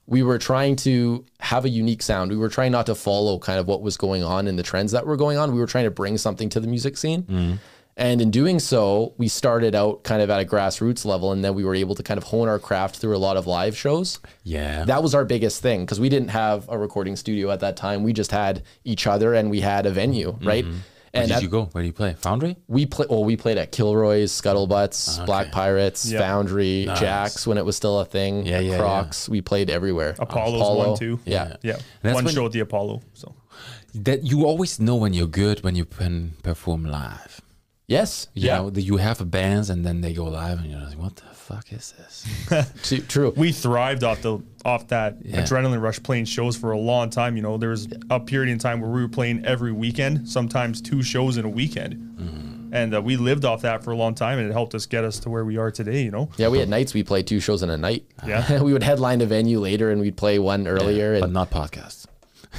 [SPEAKER 3] we were trying to have a unique sound. We were trying not to follow kind of what was going on and the trends that were going on. We were trying to bring something to the music scene.
[SPEAKER 1] Mm-hmm.
[SPEAKER 3] And in doing so, we started out kind of at a grassroots level and then we were able to kind of hone our craft through a lot of live shows
[SPEAKER 1] Yeah.
[SPEAKER 3] that was our biggest thing because we didn't have a recording studio at that time. We just had each other and we had a venue, right?
[SPEAKER 1] Where
[SPEAKER 3] And
[SPEAKER 1] Mm-hmm. did
[SPEAKER 3] at-
[SPEAKER 1] you go? Where do you play? Foundry?
[SPEAKER 3] we play. Well, we played at Kilroy's, Scuttlebutts, Black Pirates,
[SPEAKER 2] Yeah.
[SPEAKER 3] Foundry,
[SPEAKER 1] Ah, Nice.
[SPEAKER 3] Jacks when it was still a thing.
[SPEAKER 1] Yeah, yeah,
[SPEAKER 3] Crocs. We played everywhere.
[SPEAKER 2] Apollo's
[SPEAKER 3] Apollo.
[SPEAKER 2] one too.
[SPEAKER 3] Yeah.
[SPEAKER 2] yeah.
[SPEAKER 1] That's
[SPEAKER 2] One
[SPEAKER 1] when-
[SPEAKER 2] show at the Apollo. So
[SPEAKER 1] That you always know when you're good when you pen, perform live.
[SPEAKER 3] Yes.
[SPEAKER 1] You know, that you have a band and then they go live and you're like, what the fuck is this?
[SPEAKER 3] T- true.
[SPEAKER 2] we thrived off the off that
[SPEAKER 1] Yeah.
[SPEAKER 2] adrenaline rush playing shows for a long time. You know, there was a period in time where we were playing every weekend, sometimes two shows in a weekend,
[SPEAKER 3] Mm-hmm.
[SPEAKER 2] and uh, we lived off that for a long time, and it helped us get us to where we are today. You know,
[SPEAKER 3] yeah, we had nights we played two shows in a night.
[SPEAKER 2] Yeah.
[SPEAKER 3] we would headline a venue later and we'd play one earlier.
[SPEAKER 1] But
[SPEAKER 3] and
[SPEAKER 1] not podcasts.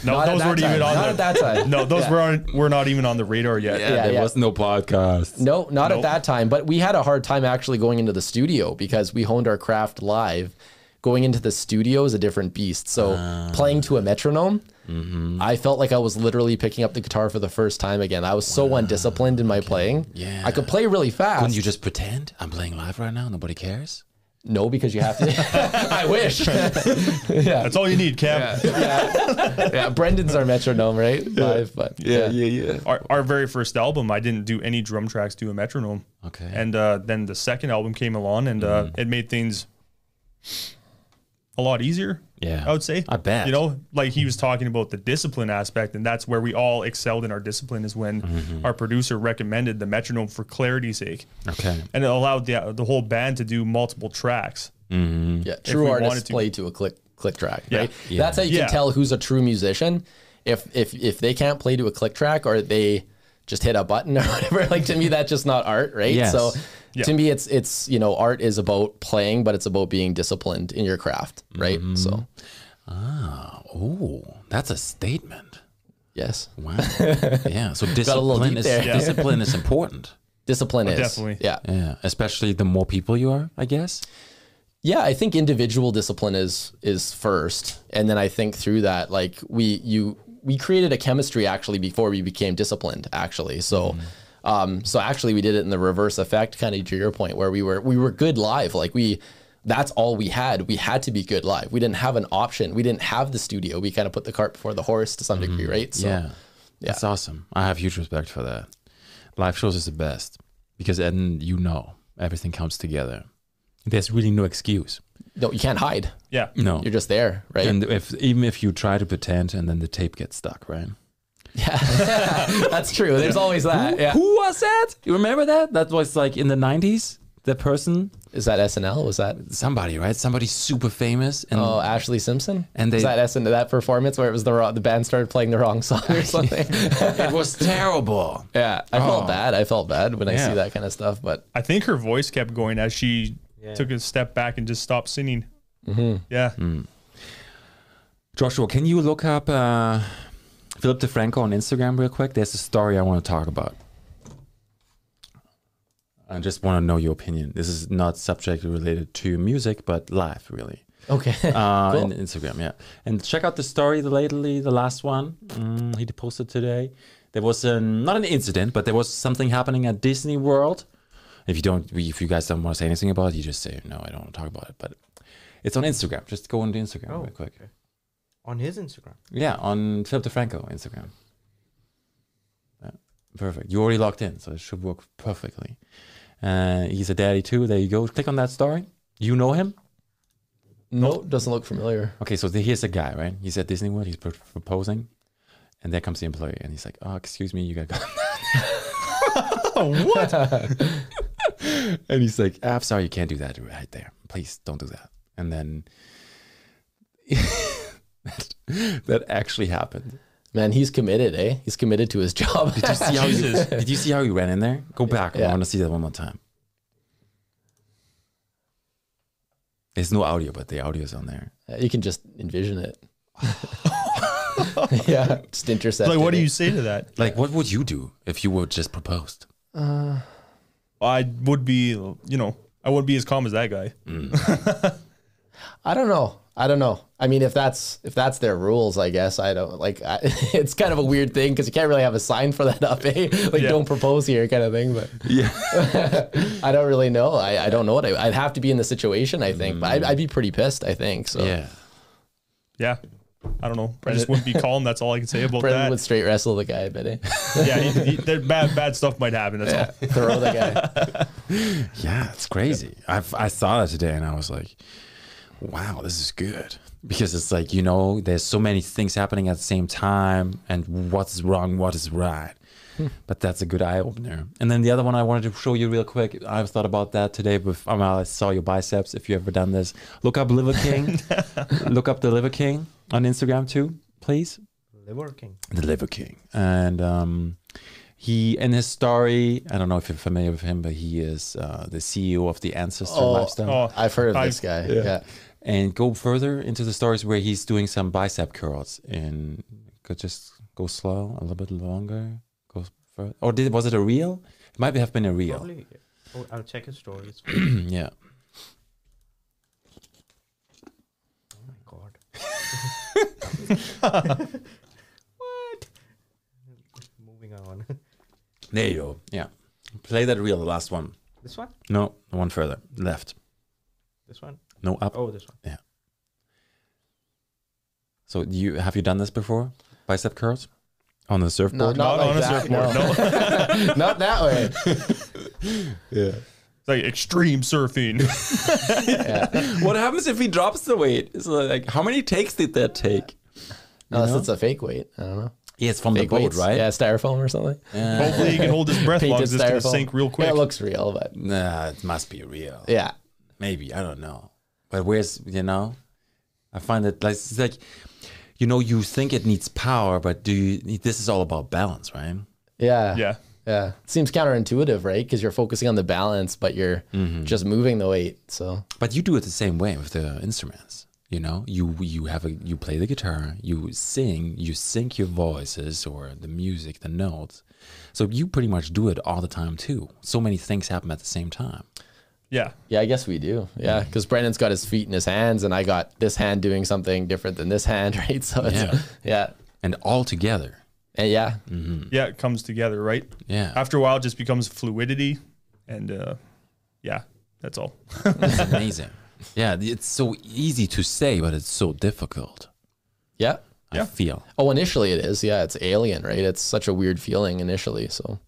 [SPEAKER 2] no,
[SPEAKER 3] Not at
[SPEAKER 2] those
[SPEAKER 3] that
[SPEAKER 2] weren't
[SPEAKER 3] time.
[SPEAKER 2] even on.
[SPEAKER 3] Not
[SPEAKER 2] the-
[SPEAKER 3] at that time.
[SPEAKER 2] No, those were on, were not even on the radar yet.
[SPEAKER 3] Yeah,
[SPEAKER 1] there
[SPEAKER 3] yeah.
[SPEAKER 1] was no podcast.
[SPEAKER 3] No, not
[SPEAKER 2] Nope.
[SPEAKER 3] at that time. But we had a hard time actually going into the studio because we honed our craft live. Going into the studio is a different beast. So
[SPEAKER 1] Ah.
[SPEAKER 3] playing to a metronome,
[SPEAKER 1] Mm-hmm.
[SPEAKER 3] I felt like I was literally picking up the guitar for the first time again. I was so undisciplined in my playing.
[SPEAKER 1] Yeah.
[SPEAKER 3] I could play really fast.
[SPEAKER 1] Couldn't you just pretend I'm playing live right now? Nobody cares?
[SPEAKER 3] no, because you have to. I wish.
[SPEAKER 2] That's all you need, Cam.
[SPEAKER 3] yeah, Brendan's our metronome, right? Live, but
[SPEAKER 1] yeah, yeah.
[SPEAKER 2] our, our very first album, I didn't do any drum tracks to a metronome.
[SPEAKER 3] Oh,
[SPEAKER 1] Okay.
[SPEAKER 2] And uh, then the second album came along, and uh,
[SPEAKER 1] Mm-hmm.
[SPEAKER 2] it made things a lot easier.
[SPEAKER 1] Yeah.
[SPEAKER 2] I would say.
[SPEAKER 1] I bet.
[SPEAKER 2] You know, like he was talking about the discipline aspect, and that's where we all excelled in our discipline is when
[SPEAKER 1] Mm-hmm.
[SPEAKER 2] our producer recommended the metronome for clarity's sake,
[SPEAKER 1] Okay.
[SPEAKER 2] and it allowed the the whole band to do multiple tracks.
[SPEAKER 1] Mm.
[SPEAKER 3] Yeah, true
[SPEAKER 2] we
[SPEAKER 3] artists
[SPEAKER 2] wanted to.
[SPEAKER 3] play to a click click track.
[SPEAKER 2] Yeah.
[SPEAKER 3] Right. That's how you
[SPEAKER 2] Yeah.
[SPEAKER 3] can tell who's a true musician. If if if they can't play to a click track or they just hit a button or whatever, like to me that's just not art, right?
[SPEAKER 1] Yes.
[SPEAKER 3] So
[SPEAKER 2] Yeah.
[SPEAKER 3] to me it's it's you know, art is about playing, but it's about being disciplined in your craft, right?
[SPEAKER 2] Mm-hmm.
[SPEAKER 3] So
[SPEAKER 1] Uh, Ooh, that's a statement.
[SPEAKER 3] yes.
[SPEAKER 1] Wow. yeah. So discipline
[SPEAKER 3] deep
[SPEAKER 1] is
[SPEAKER 3] there. Yeah.
[SPEAKER 1] discipline is important.
[SPEAKER 3] Discipline is
[SPEAKER 2] Oh, definitely.
[SPEAKER 3] yeah.
[SPEAKER 1] Yeah. Especially the more people you are, I guess.
[SPEAKER 3] Yeah, I think individual discipline is is first, and then I think through that, like we you we created a chemistry actually before we became disciplined. Actually, so
[SPEAKER 1] Mm-hmm.
[SPEAKER 3] um, so actually we did it in the reverse effect, kind of to your point, where we were we were good live, like we that's all we had. We had to be good live. We didn't have an option. We didn't have the studio. We kind of put the cart before the horse to some degree, right? So
[SPEAKER 1] Mm-hmm. yeah. That's awesome. I have huge respect for that. Live shows is the best because then you know everything comes together. There's really no excuse.
[SPEAKER 3] no, you can't hide.
[SPEAKER 2] Yeah.
[SPEAKER 1] No.
[SPEAKER 3] You're just there, right?
[SPEAKER 1] Oh. and if even if you try to pretend and then the tape gets stuck, right?
[SPEAKER 3] that's true. There's always that. Yeah.
[SPEAKER 1] Who was that? You remember that? That was like in the 90s. The person,
[SPEAKER 3] Is that SNL? Was that
[SPEAKER 1] somebody, right? Somebody super famous and
[SPEAKER 3] Oh, Ashley Simpson.
[SPEAKER 1] And
[SPEAKER 3] And
[SPEAKER 1] they-
[SPEAKER 3] they, was that SN that performance where it was the wrong, the band started playing the wrong song or something.
[SPEAKER 1] it was terrible.
[SPEAKER 3] yeah, I felt bad. I felt bad when I
[SPEAKER 1] Oh. Yeah.
[SPEAKER 3] see that kind of stuff. But
[SPEAKER 2] I think her voice kept going as she took a step back and just stopped singing. Yeah.
[SPEAKER 1] Mm. Joshua, can you look up uh, Philip DeFranco on Instagram real quick? There's a story I want to talk about. I just want to know your opinion. This is not subject related to music, but life, really.
[SPEAKER 3] okay,
[SPEAKER 1] Uh,
[SPEAKER 3] Cool.
[SPEAKER 1] and Instagram, yeah. And check out the story, the lately, the last one mm, he posted today. There was an, not an incident, but there was something happening at Disney World. If you don't, if you guys don't want to say anything about it, you just say no. I don't want to talk about it. But it's on Instagram. Just go on the Instagram
[SPEAKER 4] Oh,
[SPEAKER 1] real quick.
[SPEAKER 4] okay. on his Instagram.
[SPEAKER 1] Yeah, on Philip DeFranco Instagram. Yeah, perfect. You already logged in, so it should work perfectly. Uh, he's a daddy too. There you go. Click on that story. You know him.
[SPEAKER 3] no, doesn't look familiar.
[SPEAKER 1] Okay, so the, here's a guy, right? He's at Disney World. He's pro- proposing, and there comes the employee, and he's like, "Oh, excuse me, you got to go." what? and he's like, "Ah, "I'm sorry, you can't do that right there. Please don't do that." And then that, that actually happened.
[SPEAKER 3] Man, he's committed, eh? He's committed to his job.
[SPEAKER 1] See how you- did you see how he ran in there? Go back. I
[SPEAKER 3] Yeah.
[SPEAKER 1] want to see that one more time. There's no audio, but the audio is on there.
[SPEAKER 3] you can just envision it. yeah, just intercept.
[SPEAKER 2] Like, what
[SPEAKER 3] it,
[SPEAKER 2] do
[SPEAKER 3] eh?
[SPEAKER 2] you say to that?
[SPEAKER 1] Like, what would you do if you were just proposed?
[SPEAKER 2] I would be, you know, I wouldn't be as calm as that guy.
[SPEAKER 3] I don't know. I don't know. I mean, if that's if that's their rules, I guess I don't like. I, it's kind of a weird thing because you can't really have a sign for that up, eh? Like,
[SPEAKER 2] Yeah.
[SPEAKER 3] don't propose here, kind of thing. But
[SPEAKER 1] Yeah.
[SPEAKER 3] I don't really know. I, I don't know what I, I'd have to be in the situation. I think, but I'd, I'd be pretty pissed. I think so.
[SPEAKER 1] Yeah.
[SPEAKER 2] Yeah. I don't know. I just wouldn't be calm. That's all I can say about
[SPEAKER 3] Brendan
[SPEAKER 2] that.
[SPEAKER 3] would straight wrestle the guy, but eh?
[SPEAKER 2] yeah, he, he, there- bad bad stuff might happen. That's all.
[SPEAKER 3] throw the guy.
[SPEAKER 1] Yeah, it's crazy. I've, I saw that today and I was like, wow, this is good. Because it's like, you know, there's so many things happening at the same time and what's wrong, what is right. But that's a good eye opener. And then the other one I wanted to show you real quick. I've thought about that today. With um, I saw your biceps. If you ever done this, look up Liver King. look up the Liver King on Instagram too, please
[SPEAKER 4] They're working.
[SPEAKER 1] the Liver King, and um, he in his story. I don't know if you're familiar with him, but he is uh, the CEO of the Ancestor
[SPEAKER 3] Oh,
[SPEAKER 1] Lifestyle.
[SPEAKER 2] Oh,
[SPEAKER 3] I've heard of
[SPEAKER 2] I-
[SPEAKER 3] this guy. Yeah.
[SPEAKER 1] And go further into the stories where he's doing some bicep curls and go just go slow a little bit longer. Go further, or did was it a reel? It might have been a reel.
[SPEAKER 4] Probably. Oh, I'll check his stories. oh
[SPEAKER 1] yeah.
[SPEAKER 4] my god. what? Moving on.
[SPEAKER 1] There you go. Yeah. Play that reel, the last one.
[SPEAKER 4] This one.
[SPEAKER 1] No, one further left.
[SPEAKER 4] This one.
[SPEAKER 1] No up.
[SPEAKER 4] Oh, this one.
[SPEAKER 1] So you have you done this before? Bicep curls on the surfboard.
[SPEAKER 3] No, not,
[SPEAKER 2] Not on a
[SPEAKER 3] like that.
[SPEAKER 2] surfboard,
[SPEAKER 3] No. not that way.
[SPEAKER 2] It's like extreme surfing.
[SPEAKER 1] What happens if he drops the weight? It's like, how many takes did that take?
[SPEAKER 3] Unless it's a fake weight. I don't know.
[SPEAKER 1] Yeah, it's from
[SPEAKER 3] Fake weight,
[SPEAKER 1] right?
[SPEAKER 3] Yeah, styrofoam or something.
[SPEAKER 2] Hopefully, he can hold his breath long
[SPEAKER 3] Painted
[SPEAKER 2] as this can
[SPEAKER 3] styrofoam.
[SPEAKER 2] sink real quick.
[SPEAKER 3] Yeah, it looks real, but
[SPEAKER 1] Nah, it must be real.
[SPEAKER 3] yeah.
[SPEAKER 1] Maybe I don't know. But where's you know? I find it like it's like you know you think it needs power, but do you? This is all about balance, right?
[SPEAKER 3] Yeah.
[SPEAKER 2] Yeah.
[SPEAKER 3] Yeah. It seems counterintuitive, right? Because you're focusing on the balance, but you're just moving the weight. So
[SPEAKER 1] But you do it the same way with the instruments. You know, you you have a you play the guitar, you sing, you sync your voices or the music, the notes. So you pretty much do it all the time too. So many things happen at the same time.
[SPEAKER 2] Yeah.
[SPEAKER 3] yeah, I guess we do. Yeah. Because Brandon's got his feet in his hands, and I got this hand doing something different than this hand, right? So it's, yeah. Mm.
[SPEAKER 1] Yeah.
[SPEAKER 3] Yeah.
[SPEAKER 1] And all together.
[SPEAKER 3] And yeah.
[SPEAKER 2] Yeah. It comes together, right?
[SPEAKER 1] Yeah.
[SPEAKER 2] After a while, it just becomes fluidity. And uh, yeah, that's all.
[SPEAKER 1] It's amazing. yeah, it's so easy to say, but it's so difficult.
[SPEAKER 3] Yeah.
[SPEAKER 1] I feel.
[SPEAKER 3] Oh, initially it is. Yeah. It's alien, right? It's such a weird feeling initially. So.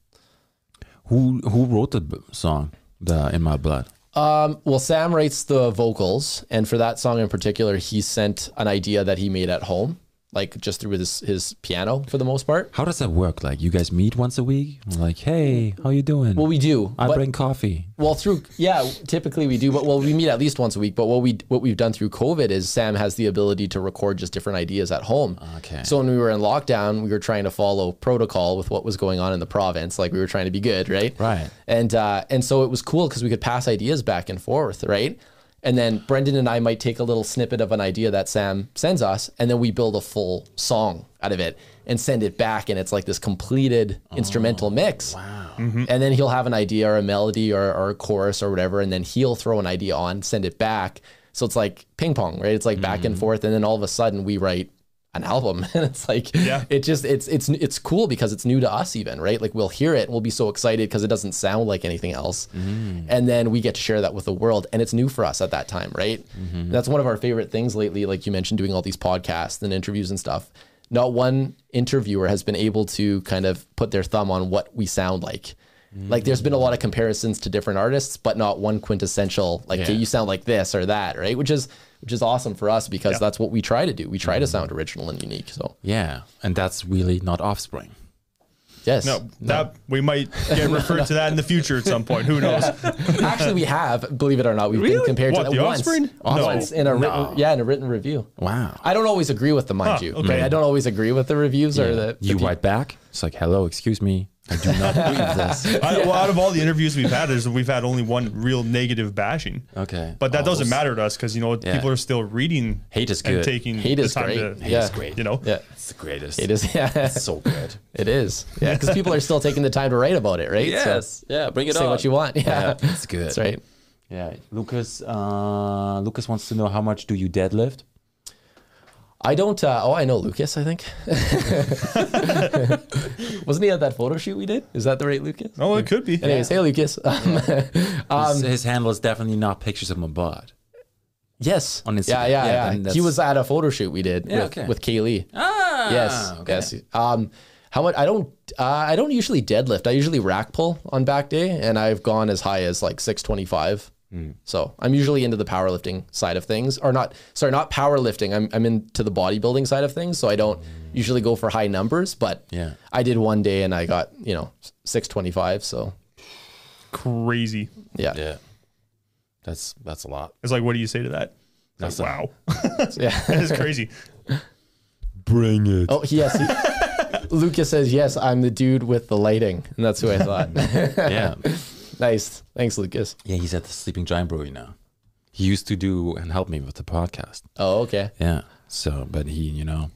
[SPEAKER 1] Who who wrote the b- song? The In My Blood.
[SPEAKER 3] Um, well, Sam writes the vocals, and for that song in particular, he sent an idea that he made at home, like just through his his piano for the most part.
[SPEAKER 1] How does that work? Like you guys meet once a week? Like, hey, how you doing?
[SPEAKER 3] Well, we do.
[SPEAKER 1] I
[SPEAKER 3] but-
[SPEAKER 1] bring coffee.
[SPEAKER 3] well, through yeah, typically we do, but well, we meet at least once a week. But what we what we've done through COVID is Sam has the ability to record just different ideas at home.
[SPEAKER 1] Okay.
[SPEAKER 3] So when we were in lockdown, we were trying to follow protocol with what was going on in the province. Like we were trying to be good, right?
[SPEAKER 1] Right.
[SPEAKER 3] And uh, and so it was cool because we could pass ideas back and forth, right? And then Brendan and I might take a little snippet of an idea that Sam sends us, and then we build a full song out of it and send it back, and it's like this completed
[SPEAKER 1] Oh,
[SPEAKER 3] instrumental mix. Wow! And then he'll have an idea or a melody or, or a chorus or whatever, and then he'll throw an idea on, send it back. So it's like ping pong, right? It's like back and forth, and then all of a sudden we write an album and it's like it just it's it's it's cool because it's new to us even right like we'll hear it and we'll be so excited because it doesn't sound like anything else and then we get to share that with the world and it's new for us at that time right that's one of our favorite things lately like you mentioned doing all these podcasts and interviews and stuff not one interviewer has been able to kind of put their thumb on what we sound like like there's been a lot of comparisons to different artists but not one quintessential like okay, you sound like this or that right which is which is awesome for us because that's what we try to do we try to sound original and unique so
[SPEAKER 1] Yeah, and that's really not offspring.
[SPEAKER 3] yes
[SPEAKER 2] No, that we might get referred to that in the future at some point. Who knows?
[SPEAKER 3] actually we have believe it or not we've been compared
[SPEAKER 2] What,
[SPEAKER 3] to that
[SPEAKER 2] the
[SPEAKER 3] once,
[SPEAKER 2] Offspring? No.
[SPEAKER 3] once in a written, yeah in a written review
[SPEAKER 1] Wow.
[SPEAKER 3] I don't always agree with them, mind
[SPEAKER 2] Huh,
[SPEAKER 3] you.
[SPEAKER 2] okay.
[SPEAKER 3] Right? I don't always agree with the reviews or the, the
[SPEAKER 1] you
[SPEAKER 3] peop-
[SPEAKER 1] write back. It's like, hello, excuse me. I do not believe this.
[SPEAKER 2] I, Well, out of all the interviews we've had, there's we've had only one real negative bashing.
[SPEAKER 1] Okay.
[SPEAKER 2] But that
[SPEAKER 1] Oh,
[SPEAKER 2] doesn't matter to us because you know
[SPEAKER 1] Yeah.
[SPEAKER 2] people are still reading
[SPEAKER 1] Hate is
[SPEAKER 2] and
[SPEAKER 1] good.
[SPEAKER 2] taking
[SPEAKER 3] Hate
[SPEAKER 2] the
[SPEAKER 3] is
[SPEAKER 2] time
[SPEAKER 3] great.
[SPEAKER 2] to
[SPEAKER 3] Hate is
[SPEAKER 1] great.
[SPEAKER 2] You know,
[SPEAKER 3] Yeah,
[SPEAKER 1] It's the greatest.
[SPEAKER 3] it is. Yeah,
[SPEAKER 1] so good.
[SPEAKER 3] it is. Yeah, because people are still taking the time to write about it, right? So
[SPEAKER 1] yeah. Bring it
[SPEAKER 3] say what you want. Yeah,
[SPEAKER 1] Yeah, it's good.
[SPEAKER 3] that's right.
[SPEAKER 1] Yeah. Lucas. Uh, Lucas wants to know how much do you deadlift?
[SPEAKER 3] I don't. Uh, oh, I know Lucas. I think wasn't he at that photo shoot we did? Is that the right Lucas?
[SPEAKER 2] oh, it could be.
[SPEAKER 3] Anyways, hey Lucas. Um,
[SPEAKER 1] his, his handle is definitely not pictures of my butt.
[SPEAKER 3] yes.
[SPEAKER 1] On Instagram.
[SPEAKER 3] Yeah,
[SPEAKER 1] Yeah,
[SPEAKER 3] yeah, yeah.
[SPEAKER 1] then that's-
[SPEAKER 3] He was at a photo shoot we did with,
[SPEAKER 1] okay.
[SPEAKER 3] with Kaylee.
[SPEAKER 1] Ah.
[SPEAKER 3] Yes. Yes. Um, how much? I don't. Uh, I don't usually deadlift. I usually rack pull on back day, and I've gone as high as like six twenty five.
[SPEAKER 1] Hmm.
[SPEAKER 3] So I'm usually into the powerlifting side of things, or not. Sorry, not powerlifting. I'm I'm into the bodybuilding side of things. So I don't usually go for high numbers, but
[SPEAKER 1] Yeah.
[SPEAKER 3] I did one day and I got you know six twenty five. So
[SPEAKER 2] Crazy.
[SPEAKER 3] yeah,
[SPEAKER 1] Yeah. That's that's a lot.
[SPEAKER 2] It's like, what do you say to that? It's
[SPEAKER 1] That's
[SPEAKER 2] like, wow,
[SPEAKER 3] yeah.
[SPEAKER 2] that is crazy.
[SPEAKER 1] Bring it.
[SPEAKER 3] Oh yes. he- Lucas says yes. I'm the dude with the lighting, and that's who I thought.
[SPEAKER 1] Yeah.
[SPEAKER 3] nice. Thanks, Lucas.
[SPEAKER 1] yeah. He's at the Sleeping Giant Brewery now. He used to do and help me with the podcast.
[SPEAKER 3] Oh, okay.
[SPEAKER 1] Yeah. So, but he, you know,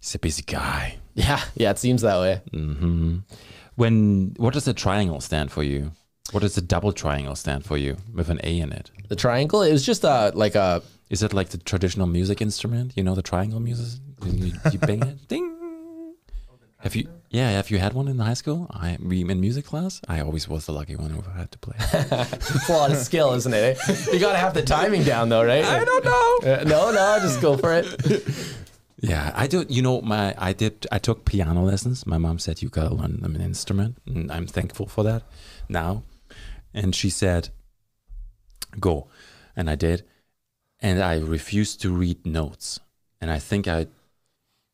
[SPEAKER 1] he's a busy guy. Mm-hmm.
[SPEAKER 3] Yeah, yeah. It seems that way.
[SPEAKER 1] When what does a triangle stand for you? What does a double triangle stand for you with an A in it?
[SPEAKER 3] The triangle. It was just a like a
[SPEAKER 1] Is it like the traditional music instrument? You know, the triangle music. When you, you bang it, ding. Have you? Yeah, have you had one in high school? I we- in music class. I always was the lucky one who had to play.
[SPEAKER 3] it's a lot of skill, isn't it? eh? You gotta have the timing down though, right? I
[SPEAKER 1] don't know.
[SPEAKER 3] No, no, just go for it.
[SPEAKER 1] Yeah, I do. You know, my I did. I took piano lessons. My mom said you gotta learn an instrument, and I'm thankful for that now. And she said, "Go," and I did. And I refused to read notes, and I think I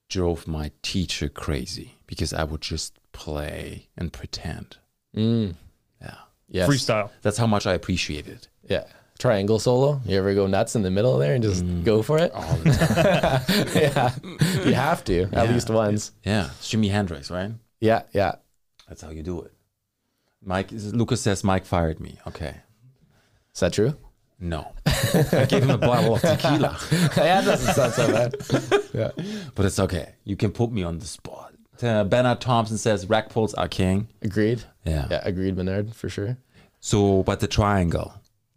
[SPEAKER 1] drove my teacher crazy because I would just play and pretend.
[SPEAKER 3] Mm,
[SPEAKER 1] Yeah,
[SPEAKER 3] yes.
[SPEAKER 2] Freestyle.
[SPEAKER 1] that's how much I appreciated it.
[SPEAKER 3] Yeah. triangle solo. You ever go nuts in the middle there and just go for it? yeah, you have to at
[SPEAKER 1] Yeah.
[SPEAKER 3] least once.
[SPEAKER 1] Yeah, it's Jimi Hendrix, right?
[SPEAKER 3] Yeah, yeah.
[SPEAKER 1] That's how you do it. Mike Lucas says Mike fired me. Okay,
[SPEAKER 3] Is that true?
[SPEAKER 1] no, I gave him a bottle of tequila,
[SPEAKER 3] yeah, that doesn't sound so bad.
[SPEAKER 1] but it's okay. You can put me on the spot. Uh, Bernard Thompson says rack pulls are king.
[SPEAKER 3] Agreed.
[SPEAKER 1] Yeah.
[SPEAKER 3] Yeah, agreed, Menard for sure.
[SPEAKER 1] So, but the triangle.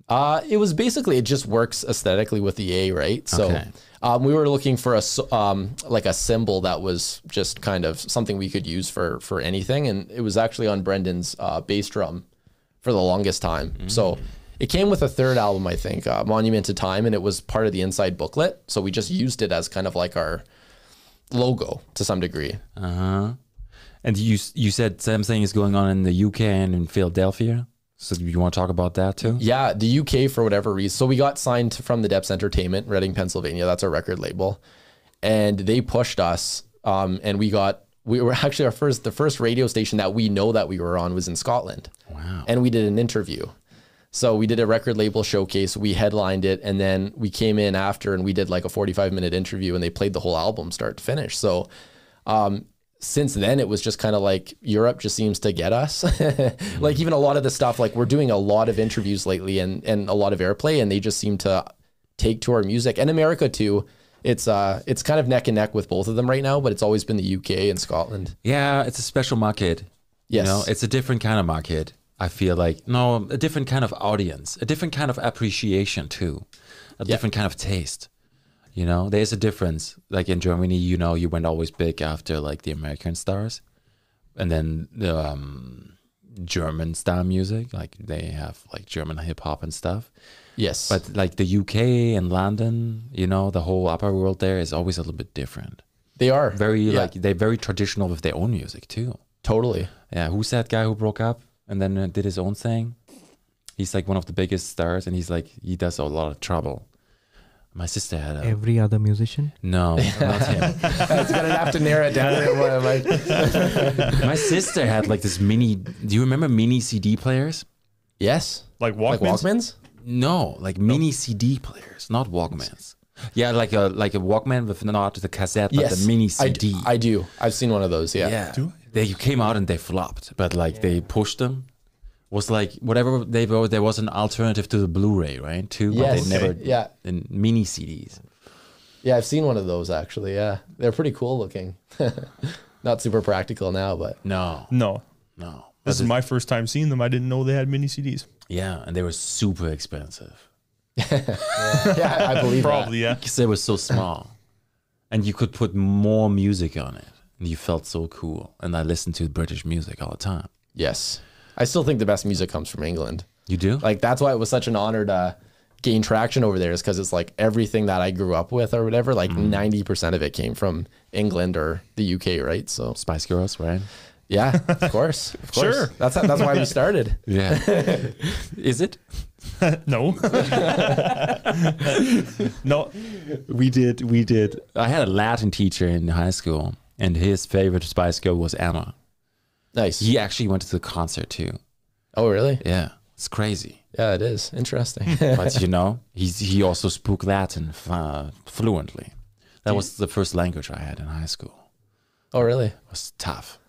[SPEAKER 3] Uh, it was basically it just works aesthetically with the A, right? So
[SPEAKER 1] Okay.
[SPEAKER 3] um, we were looking for a s- um, like a symbol that was just kind of something we could use for for anything, and it was actually on Brendan's uh, bass drum for the longest time. So it came with a third album, I think, uh, Monument to Time, and it was part of the inside booklet. So we just used it as kind of like our logo to some degree.
[SPEAKER 1] Uh huh. And you you said something is going on in the UK and in Philadelphia. So you want to talk about that too?
[SPEAKER 3] Yeah, the UK for whatever reason. So we got signed to- from the Depths Entertainment, Reading, Pennsylvania. That's our record label, and they pushed us. Um, and we got we were actually our first the first radio station that we know that we were on was in Scotland.
[SPEAKER 1] Wow.
[SPEAKER 3] And we did an interview. So we did a record label showcase. We headlined it, and then we came in after and we did like a forty five minute interview, and they played the whole album start to finish. So since then it was just kind of like Europe just seems to get us. like even a lot of the stuff, like we're doing a lot of interviews lately and and a lot of airplay, and they just seem to take to our music and America too. It's uh it's kind of neck and neck with both of them right now, but it's always been the UK and Scotland.
[SPEAKER 1] Yeah, it's a special market.
[SPEAKER 3] Yes.
[SPEAKER 1] You know, it's a different kind of market. I feel like no, a different kind of audience, a different kind of appreciation too, a different kind of taste. You know, there's a difference. Like in Germany, you know, you went always big after like the American stars, and then the um, German style music. Like they have like German hip hop and stuff.
[SPEAKER 3] Yes.
[SPEAKER 1] But like the UK and London, you know, the whole upper world there is always a little bit different.
[SPEAKER 3] they are
[SPEAKER 1] Very
[SPEAKER 3] Yeah,
[SPEAKER 1] like they're very traditional with their own music too.
[SPEAKER 3] totally.
[SPEAKER 1] Yeah, who's that guy who broke up and then uh, did his own thing? He's like one of the biggest stars, and he's like he does a lot of trouble. My sister had a
[SPEAKER 4] Every other musician.
[SPEAKER 1] no, not him.
[SPEAKER 3] It's gonna have to narrow it down.
[SPEAKER 1] My sister had like this mini. Do you remember mini CD players?
[SPEAKER 3] yes.
[SPEAKER 2] Like
[SPEAKER 3] Like
[SPEAKER 2] Walkmans.
[SPEAKER 3] Walkmans?
[SPEAKER 1] No, like mini CD players, not Walkmans. Yeah, like a like a Walkman with not the cassette, but
[SPEAKER 3] yes.
[SPEAKER 1] the mini
[SPEAKER 3] I
[SPEAKER 1] CD.
[SPEAKER 3] d- I do. I've seen one of those. Yeah.
[SPEAKER 1] Yeah. They came out and they flopped, but like they pushed them. Was like whatever they were, there was an alternative to the Blu-ray, right? Too,
[SPEAKER 3] Yes.
[SPEAKER 1] but they never.
[SPEAKER 3] Yeah.
[SPEAKER 1] And mini CDs.
[SPEAKER 3] Yeah, I've seen one of those actually. Yeah. They're pretty cool looking. Not super practical now, but
[SPEAKER 1] No,
[SPEAKER 2] No.
[SPEAKER 1] no.
[SPEAKER 2] This is my first time seeing them. I didn't know they had mini CDs.
[SPEAKER 1] Yeah, and they were super expensive
[SPEAKER 3] yeah, I believe that.
[SPEAKER 2] Probably, yeah.
[SPEAKER 1] because they were so small, and you could put more music on it, and you felt so cool. And I listened to British music all the time.
[SPEAKER 3] Yes. I still think the best music comes from England.
[SPEAKER 1] You do?
[SPEAKER 3] Like that's why it was such an honor to gain traction over there is because it's like everything that I grew up with or whatever, like
[SPEAKER 2] Mm-hmm.
[SPEAKER 3] 90% of it came from England or the UK, right? So
[SPEAKER 1] Spice Girls, right?
[SPEAKER 3] yeah, of course. Of course.
[SPEAKER 2] Sure.
[SPEAKER 3] That's that's why we started.
[SPEAKER 1] Yeah. is it?
[SPEAKER 2] No. no.
[SPEAKER 1] We did. We did. I had a Latin teacher in high school, and his favorite Spice Girl was Emma.
[SPEAKER 3] Nice.
[SPEAKER 1] He actually went to the concert too.
[SPEAKER 3] Oh, really?
[SPEAKER 1] Yeah, it's crazy.
[SPEAKER 3] Yeah, it is. Interesting.
[SPEAKER 1] But you know, he's he also spoke Latin uh, fluently. That was the first language I had in high school.
[SPEAKER 3] oh, really?
[SPEAKER 1] It was tough.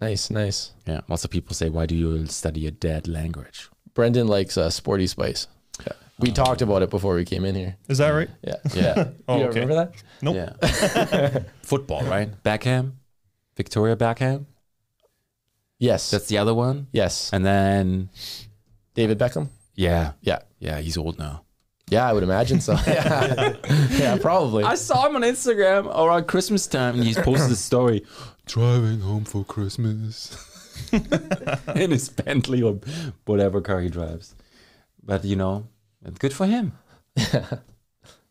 [SPEAKER 3] Nice, nice.
[SPEAKER 1] Yeah, lots of people say, "Why do you study a dead language?"
[SPEAKER 3] Brendan likes uh, Sporty Spice. Yeah. We talked about it before we came in here.
[SPEAKER 2] Is that right?
[SPEAKER 3] Yeah.
[SPEAKER 1] Yeah,
[SPEAKER 2] Oh,
[SPEAKER 3] you
[SPEAKER 2] okay.
[SPEAKER 3] remember that?
[SPEAKER 2] Nope.
[SPEAKER 1] yeah. Football, right? Beckham, Victoria Beckham.
[SPEAKER 3] Yes.
[SPEAKER 1] That's the other one.
[SPEAKER 3] yes.
[SPEAKER 1] And then,
[SPEAKER 3] David Beckham?
[SPEAKER 1] yeah,
[SPEAKER 3] Yeah.
[SPEAKER 1] yeah, he's old now.
[SPEAKER 3] Yeah, I would imagine so. yeah. yeah, probably.
[SPEAKER 1] I saw him on Instagram around Christmas time, and he posted a story driving home for Christmas in his Bentley or whatever car he drives. But you know, it's good for him.
[SPEAKER 3] No,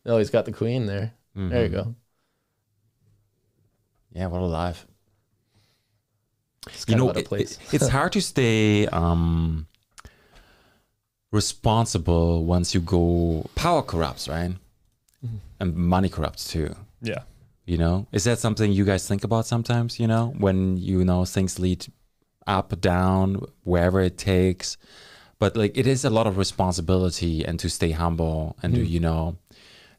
[SPEAKER 3] Oh, he's got the queen there. There you go.
[SPEAKER 1] Mm-hmm. Yeah, what a life.
[SPEAKER 3] It's
[SPEAKER 1] You
[SPEAKER 3] kind
[SPEAKER 1] know,
[SPEAKER 3] of out
[SPEAKER 1] it-
[SPEAKER 3] of place.
[SPEAKER 1] it- it's hard to stay um, responsible once you go. Power corrupts, right?
[SPEAKER 3] Mm-hmm.
[SPEAKER 1] And money corrupts too.
[SPEAKER 2] Yeah.
[SPEAKER 1] You know, is that something you guys think about sometimes? You know, when you know things lead up, down, wherever it takes, But like it is a lot of responsibility and to stay humble and to, you know,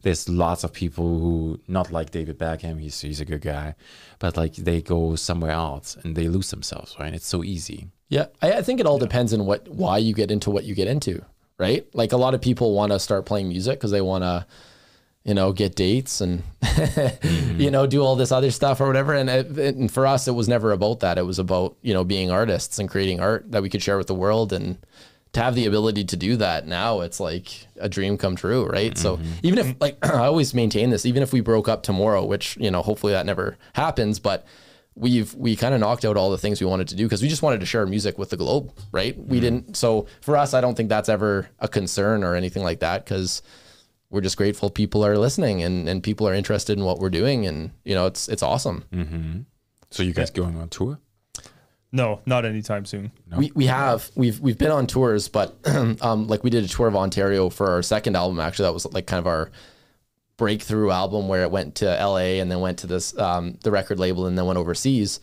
[SPEAKER 1] there's lots of people who not like David Beckham, he's he's a good guy, but like they go somewhere else and they lose themselves, right? It's so easy.
[SPEAKER 3] Yeah, I, I think it all depends on what why you get into what you get into, right? Like a lot of people want to start playing music because they want to, you know, get dates and you know do all this other stuff or whatever. And it, and for us, it was never about that. It was about you know being artists and creating art that we could share with the world and. To have the ability to do that now, it's like a dream come true, right? So even if like I always maintain this, even if we broke up tomorrow, which you know hopefully that never happens, but we've we kind of knocked out all the things we wanted to do because we just wanted to share music with the globe, right? We didn't. So for us, I don't think that's ever a concern or anything like that because we're just grateful people are listening and and people are interested in what we're doing, and you know it's it's awesome.
[SPEAKER 1] So you guys going on tour?
[SPEAKER 2] No, not anytime soon.
[SPEAKER 3] We, we have we've we've been on tours, but um, like we did a tour of Ontario for our second album. Actually, that was like kind of our breakthrough album where it went to LA and then went to this um, the record label and then went overseas.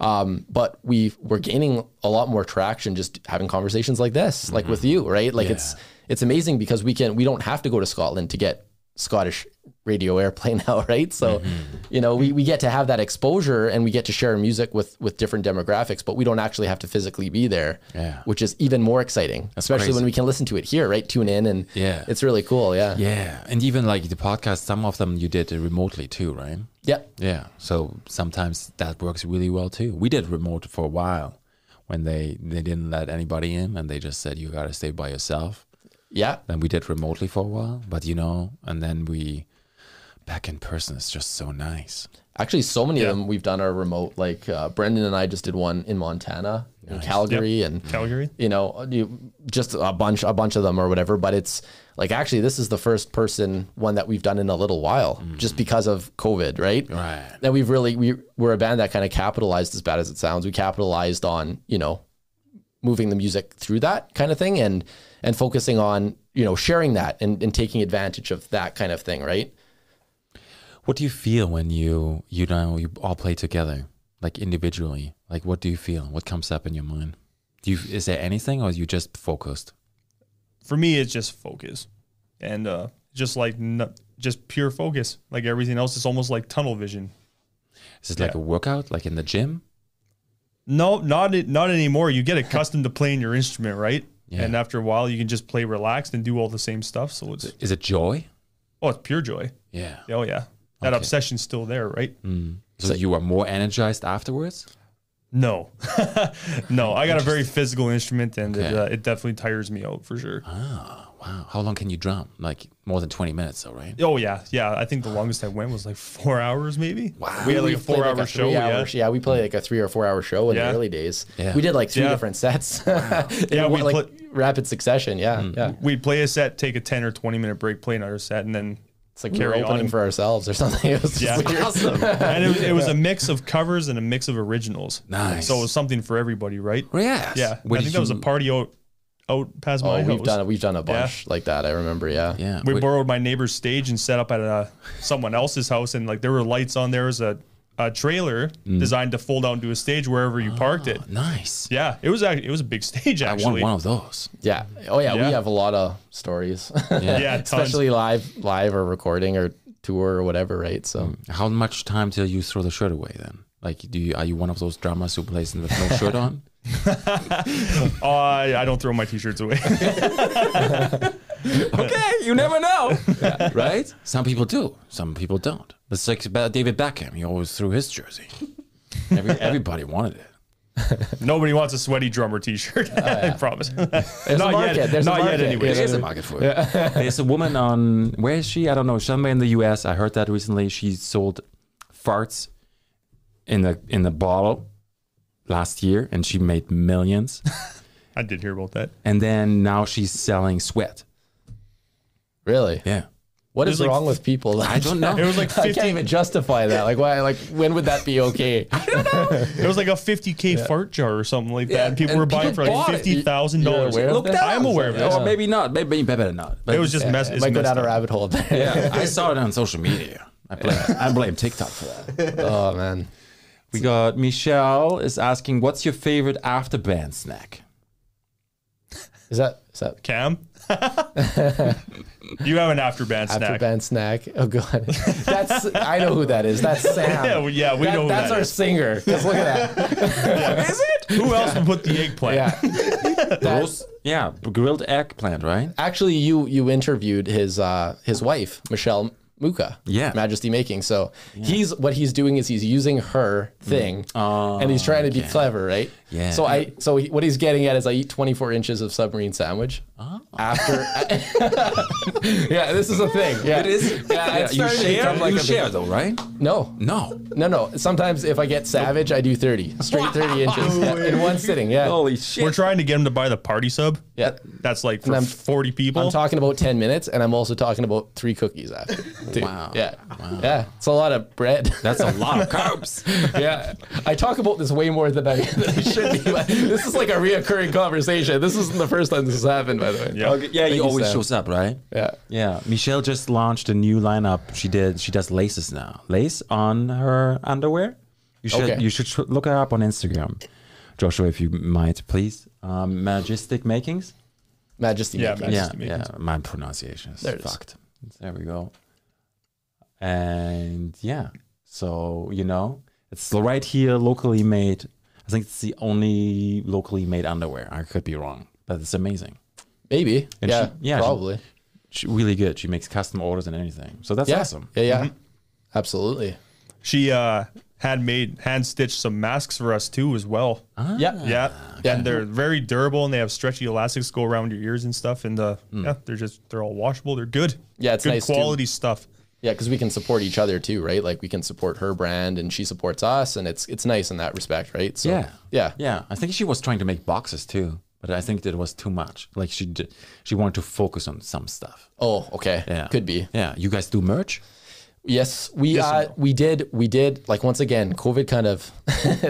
[SPEAKER 3] Um, but we we're gaining a lot more traction just having conversations like this, like
[SPEAKER 1] Mm-hmm.
[SPEAKER 3] with you, right? Like it's it's amazing because we can we don't have to go to Scotland to get Scottish radio airplay now, right? So,
[SPEAKER 1] Mm-hmm.
[SPEAKER 3] you know, we, we get to have that exposure and we get to share music with with different demographics, but we don't actually have to physically be there,
[SPEAKER 1] Yeah.
[SPEAKER 3] which is even more exciting, especially
[SPEAKER 1] crazy.
[SPEAKER 3] when we can listen to it here, right? Tune in and
[SPEAKER 1] Yeah.
[SPEAKER 3] it's really cool. Yeah.
[SPEAKER 1] Yeah. And even like the podcast, some of them you did remotely too, right?
[SPEAKER 3] Yep.
[SPEAKER 1] Yeah. So sometimes that works really well too. We did remote for a while when they they didn't let anybody in and they just said you got to stay by yourself.
[SPEAKER 3] Yeah.
[SPEAKER 1] Then we did remotely for a while, but you know, and then we back in person is just so nice.
[SPEAKER 3] Actually, so many of them we've done our remote. Like uh, Brendan and I just did one in Montana, in Calgary, and
[SPEAKER 2] Calgary.
[SPEAKER 3] you know, uh, you, just a bunch, a bunch of them or whatever. But it's like actually, this is the first person one that we've done in a little while, just because of COVID, right?
[SPEAKER 1] Right.
[SPEAKER 3] That we've really we we're a band that kind of capitalized, as bad as it sounds, we capitalized on you know moving the music through that kind of thing and and focusing on you know sharing that and, and taking advantage of that kind of thing, right?
[SPEAKER 1] What do you feel when you you know you all play together, like individually? Like what do you feel? What comes up in your mind? Do you is there anything or you just focused?
[SPEAKER 2] for me it's just focus and uh just like n- just pure focus like everything else it's almost like tunnel vision
[SPEAKER 1] Is it like a workout, like in the gym?
[SPEAKER 2] no not it- not anymore you get accustomed to playing your instrument right
[SPEAKER 1] Yeah.
[SPEAKER 2] and after a while you can just play relaxed and do all the same stuff so it's
[SPEAKER 1] Is it joy?
[SPEAKER 2] oh it's pure joy
[SPEAKER 1] Yeah.
[SPEAKER 2] oh yeah
[SPEAKER 1] Okay.
[SPEAKER 2] that
[SPEAKER 1] Hmm.
[SPEAKER 2] obsession's still there right
[SPEAKER 1] So you are more energized afterwards?
[SPEAKER 2] no no i got a very physical instrument and it,
[SPEAKER 1] Okay.
[SPEAKER 2] uh, it definitely tires me out for sure
[SPEAKER 1] Ah, Wow. How long can you drum? Like more than 20 minutes, though, right?
[SPEAKER 2] oh yeah yeah i think the longest i went was like four hours maybe wow we had like a
[SPEAKER 3] We've played,
[SPEAKER 2] four hour
[SPEAKER 3] a
[SPEAKER 2] show
[SPEAKER 3] three-hour
[SPEAKER 2] yeah
[SPEAKER 3] sh- yeah, we played like a three or four hour show in
[SPEAKER 2] Yeah.
[SPEAKER 3] the early days.
[SPEAKER 1] Yeah.
[SPEAKER 3] We did like three
[SPEAKER 2] Yeah.
[SPEAKER 3] different sets.
[SPEAKER 2] Yeah,
[SPEAKER 3] yeah, we
[SPEAKER 2] we
[SPEAKER 3] like
[SPEAKER 2] pla-
[SPEAKER 3] rapid succession. Yeah,
[SPEAKER 1] Mm.
[SPEAKER 3] yeah.
[SPEAKER 2] we'd play a set, take a 10 or 20 minute break, play another set, and then
[SPEAKER 3] It's like we were
[SPEAKER 2] Carry on
[SPEAKER 3] opening
[SPEAKER 2] and-
[SPEAKER 3] for ourselves or something. It was
[SPEAKER 2] Yeah.
[SPEAKER 3] just weird. Oh, awesome.
[SPEAKER 2] and it was, it was a mix of covers and a mix of originals.
[SPEAKER 1] Nice.
[SPEAKER 2] So it was something for everybody, right?
[SPEAKER 1] Yes.
[SPEAKER 2] Yeah.
[SPEAKER 1] Where
[SPEAKER 2] I
[SPEAKER 1] did
[SPEAKER 2] think that was a
[SPEAKER 1] you-
[SPEAKER 2] party out out past my
[SPEAKER 3] Oh,
[SPEAKER 2] house.
[SPEAKER 3] we've done we've done a bunch like that. I remember. Yeah,
[SPEAKER 1] Yeah.
[SPEAKER 2] we
[SPEAKER 1] where-
[SPEAKER 2] borrowed my neighbor's stage and set up at uh someone else's house, and like there were lights on. There was a, a trailer
[SPEAKER 3] Mm.
[SPEAKER 2] designed to fold out into a stage wherever you parked
[SPEAKER 3] Ah.
[SPEAKER 2] it.
[SPEAKER 1] nice.
[SPEAKER 2] Yeah, it was actually, it was a big stage
[SPEAKER 1] I want
[SPEAKER 2] actually.
[SPEAKER 1] one of those.
[SPEAKER 3] yeah. Oh yeah,
[SPEAKER 2] Yeah.
[SPEAKER 3] we have a lot of stories,
[SPEAKER 2] Yeah, tons.
[SPEAKER 3] especially live live or recording or tour or whatever. Right. So
[SPEAKER 1] How much time till you throw the shirt away then? Like, do you are you one of those drummers who plays with no shirt on?
[SPEAKER 2] Uh, I I don't throw my t-shirts away.
[SPEAKER 1] okay, you never know, right? Some people do, some people don't. It's like about David Beckham. He always threw his jersey. Every, everybody wanted it.
[SPEAKER 2] Nobody wants a sweaty drummer t-shirt. I promise.
[SPEAKER 3] Oh, there's
[SPEAKER 2] not
[SPEAKER 3] a market.
[SPEAKER 2] yet.
[SPEAKER 3] There's
[SPEAKER 2] not
[SPEAKER 3] a market.
[SPEAKER 2] yet anyway.
[SPEAKER 1] There's a market for it. There's a woman on where is she? I don't know. Somewhere in the U.S. I heard that recently. She sold farts in the in the bottle last year, and she made millions.
[SPEAKER 2] I did hear about that.
[SPEAKER 1] and then now she's selling sweat.
[SPEAKER 3] Really,
[SPEAKER 1] Yeah,
[SPEAKER 3] what is
[SPEAKER 2] There's, like,
[SPEAKER 3] wrong with people?
[SPEAKER 1] I don't know.
[SPEAKER 2] It was like
[SPEAKER 3] I
[SPEAKER 2] 50,
[SPEAKER 3] can't even justify that. Like why? Like when would that be okay?
[SPEAKER 2] it was like a 50k fart jar or something like that. and people
[SPEAKER 1] and
[SPEAKER 2] were buying
[SPEAKER 1] people
[SPEAKER 2] for like
[SPEAKER 1] bought it.
[SPEAKER 2] fifty thousand
[SPEAKER 3] You're
[SPEAKER 2] dollars.
[SPEAKER 3] aware of
[SPEAKER 1] Look
[SPEAKER 3] this?
[SPEAKER 1] that
[SPEAKER 2] I'm
[SPEAKER 1] up.
[SPEAKER 2] aware of this.
[SPEAKER 1] or maybe not. Maybe better not. But
[SPEAKER 2] It was just mess.
[SPEAKER 3] It
[SPEAKER 2] it's
[SPEAKER 3] might go
[SPEAKER 2] messed
[SPEAKER 3] down a
[SPEAKER 2] up.
[SPEAKER 3] rabbit hole. there.
[SPEAKER 1] Yeah, I saw it on social media. I blame, I blame TikTok for that.
[SPEAKER 3] Oh man.
[SPEAKER 1] We got Michelle is asking, "What's your favorite after band snack?"
[SPEAKER 3] Is that is that
[SPEAKER 2] Cam, you have an after band
[SPEAKER 3] after
[SPEAKER 2] snack.
[SPEAKER 3] band snack? Oh god, that's I know who that is. That's Sam.
[SPEAKER 2] Yeah, we- yeah, we
[SPEAKER 3] That-
[SPEAKER 2] know who
[SPEAKER 3] That's
[SPEAKER 2] that
[SPEAKER 3] our
[SPEAKER 2] is.
[SPEAKER 3] singer. 'Cause look at that.
[SPEAKER 1] Is it?
[SPEAKER 2] Who else would put the eggplant?
[SPEAKER 3] Yeah. That-
[SPEAKER 1] Roast, yeah, grilled eggplant, right?
[SPEAKER 3] actually, you you interviewed his uh, his wife Michelle Muka.
[SPEAKER 1] Yeah.
[SPEAKER 3] Majesty Making. So he's what he's doing is he's using her thing, and he's trying to be clever, right?
[SPEAKER 1] Mm. Oh, Yeah.
[SPEAKER 3] So I so he, what he's getting at is I eat 24 inches of submarine sandwich
[SPEAKER 1] Oh.
[SPEAKER 3] after. yeah, this is a thing. Yeah,
[SPEAKER 1] It is.
[SPEAKER 3] Yeah, it's
[SPEAKER 1] you
[SPEAKER 3] starting to
[SPEAKER 1] share,
[SPEAKER 3] become like
[SPEAKER 1] you
[SPEAKER 3] a big-
[SPEAKER 1] share though, right?
[SPEAKER 3] No,
[SPEAKER 1] No.
[SPEAKER 3] No, no. Sometimes if I get savage, I do 30, straight 30 inches yeah, in one sitting. Yeah.
[SPEAKER 1] Holy shit.
[SPEAKER 2] We're trying to get him to buy the party sub.
[SPEAKER 3] Yeah.
[SPEAKER 2] That's like for
[SPEAKER 3] I'm-
[SPEAKER 2] 40 people.
[SPEAKER 3] I'm talking about 10 minutes and I'm also talking about three cookies after. Dude.
[SPEAKER 1] Wow.
[SPEAKER 3] Yeah. Yeah. It's a lot of bread.
[SPEAKER 1] That's a lot of carbs.
[SPEAKER 3] yeah. I talk about this way more than I, than I should be. Like, this is like a reoccurring conversation. This isn't the first time this has happened, by the way.
[SPEAKER 2] yeah.
[SPEAKER 1] Okay, yeah, he
[SPEAKER 3] you,
[SPEAKER 1] always
[SPEAKER 3] Sam.
[SPEAKER 1] shows up, right?
[SPEAKER 3] Yeah.
[SPEAKER 1] Yeah. Michelle just launched a new lineup. She did. She does laces now. Lace on her underwear. You should.
[SPEAKER 3] Okay.
[SPEAKER 1] You should tr- look her up on Instagram, Joshua, if you might, please. Um, Majestic makings.
[SPEAKER 3] Majesty.
[SPEAKER 2] Yeah,
[SPEAKER 3] making.
[SPEAKER 2] man.
[SPEAKER 1] Yeah,
[SPEAKER 2] Majestic
[SPEAKER 1] yeah.
[SPEAKER 2] Makings.
[SPEAKER 1] My pronunciation is
[SPEAKER 3] There it is.
[SPEAKER 1] fucked. There we go. And yeah, so you know, it's right here, locally made. I think it's the only locally made underwear. I could be wrong, but it's amazing.
[SPEAKER 3] Maybe.
[SPEAKER 1] And
[SPEAKER 3] yeah,
[SPEAKER 1] she- yeah, she-
[SPEAKER 3] Probably.
[SPEAKER 1] She, really good. She makes custom orders and everything. So that's
[SPEAKER 3] yeah.
[SPEAKER 1] awesome. Mm-hmm.
[SPEAKER 3] Yeah. Yeah. Absolutely.
[SPEAKER 2] She uh, had made, hand stitched some masks for us too, as well.
[SPEAKER 1] Ah.
[SPEAKER 3] Yeah.
[SPEAKER 2] Yeah.
[SPEAKER 3] Yeah.
[SPEAKER 2] And they're very durable and they have stretchy elastics go around your ears and stuff. And uh, yeah, they're just, they're all washable. They're good.
[SPEAKER 3] Hmm. Yeah, it's
[SPEAKER 2] good
[SPEAKER 3] nice, too.
[SPEAKER 2] quality stuff.
[SPEAKER 3] Yeah, because we can support each other too, right? Like we can support her brand, and she supports us, and it's it's nice in that respect, right? So,
[SPEAKER 1] Yeah.
[SPEAKER 3] yeah,
[SPEAKER 1] Yeah. I think she was trying to make boxes too, but I think that was too much. Like she did, she wanted to focus on some stuff.
[SPEAKER 3] Oh, okay,
[SPEAKER 1] Yeah.
[SPEAKER 3] could be.
[SPEAKER 1] Yeah. You guys do merch?
[SPEAKER 3] Yes, we uh, we did we did like once again, COVID kind of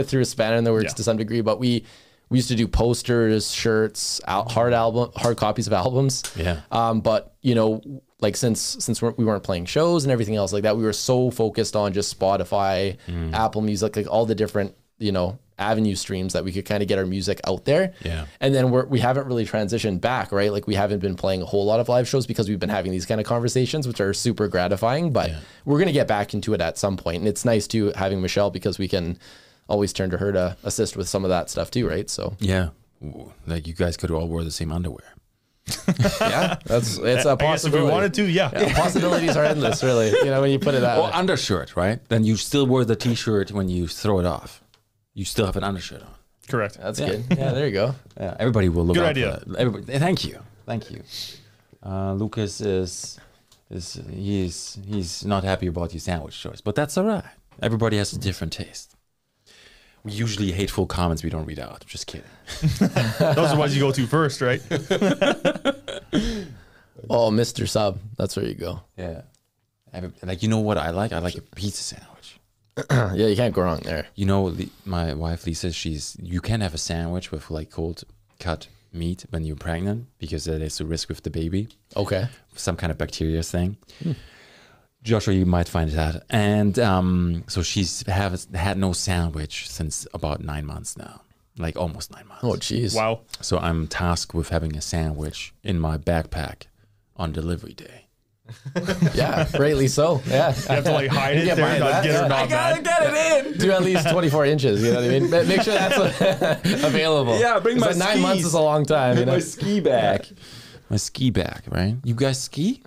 [SPEAKER 3] threw a spanner in the works
[SPEAKER 2] Yeah.
[SPEAKER 3] to some degree, but we we used to do posters, shirts, out, hard album, hard copies of albums.
[SPEAKER 1] Yeah.
[SPEAKER 3] Um, but you know, like since since we're, we weren't playing shows and everything else like that, we were so focused on just Spotify, Apple Music, like all the different you know avenue streams that we could kind of get our music out there.
[SPEAKER 1] Yeah.
[SPEAKER 3] And then we're we haven't really transitioned back, right? Like we haven't been playing a whole lot of live shows because we've been having these kind of conversations, which are super gratifying. But we're gonna get back into it at some point, and it's nice to having Michelle because we can always turn to her to assist with some of that stuff too, right? So
[SPEAKER 1] Yeah. Ooh, like you guys could all wear the same underwear.
[SPEAKER 3] yeah, that's it's a
[SPEAKER 2] I guess if
[SPEAKER 3] possibility.
[SPEAKER 2] we wanted to, yeah.
[SPEAKER 3] possibilities are endless, really. You know, when you put it that
[SPEAKER 1] Or
[SPEAKER 3] way.
[SPEAKER 1] undershirt, right? Then you still wear the t-shirt when you throw it off. You still have an undershirt on.
[SPEAKER 2] Correct.
[SPEAKER 3] That's good. Yeah, there you go.
[SPEAKER 1] Yeah, everybody will look.
[SPEAKER 2] Good
[SPEAKER 1] out
[SPEAKER 2] idea.
[SPEAKER 1] For that. Everybody, thank you, thank you. Uh, Lucas is is he's he's not happy about your sandwich choice, but that's all right. Everybody has a different taste. We usually hateful comments we don't read out. just kidding.
[SPEAKER 2] Those are the ones you go to first, right?
[SPEAKER 3] Oh, Mr. Sub, that's where you go.
[SPEAKER 1] Yeah, Every- like you know what I like? I like a pizza sandwich.
[SPEAKER 3] Yeah, you can't go wrong there.
[SPEAKER 1] You know, the, my wife Lisa, she's you can have a sandwich with like cold cut meat when you're pregnant because that is a risk with the baby.
[SPEAKER 3] Okay.
[SPEAKER 1] some kind of bacteria thing. Joshua, you might find that. And um, so she's have, had no sandwich since about nine months now, like almost nine months.
[SPEAKER 3] Oh, jeez.
[SPEAKER 2] Wow.
[SPEAKER 1] So I'm tasked with having a sandwich in my backpack on delivery day.
[SPEAKER 3] Yeah, rightly so. Yeah.
[SPEAKER 2] You have to like hide it
[SPEAKER 3] Get
[SPEAKER 2] there,
[SPEAKER 3] by
[SPEAKER 2] not
[SPEAKER 3] that,
[SPEAKER 2] get
[SPEAKER 3] yeah.
[SPEAKER 2] or not bad.
[SPEAKER 1] get it in.
[SPEAKER 3] Do at least 24 inches. You know what I mean? Ma- Make sure that's uh, available.
[SPEAKER 1] Yeah, bring
[SPEAKER 3] 'Cause
[SPEAKER 1] my
[SPEAKER 3] like Nine months
[SPEAKER 1] skis.
[SPEAKER 3] is a long time. You know?
[SPEAKER 1] ski bag. My ski bag, right? You guys ski?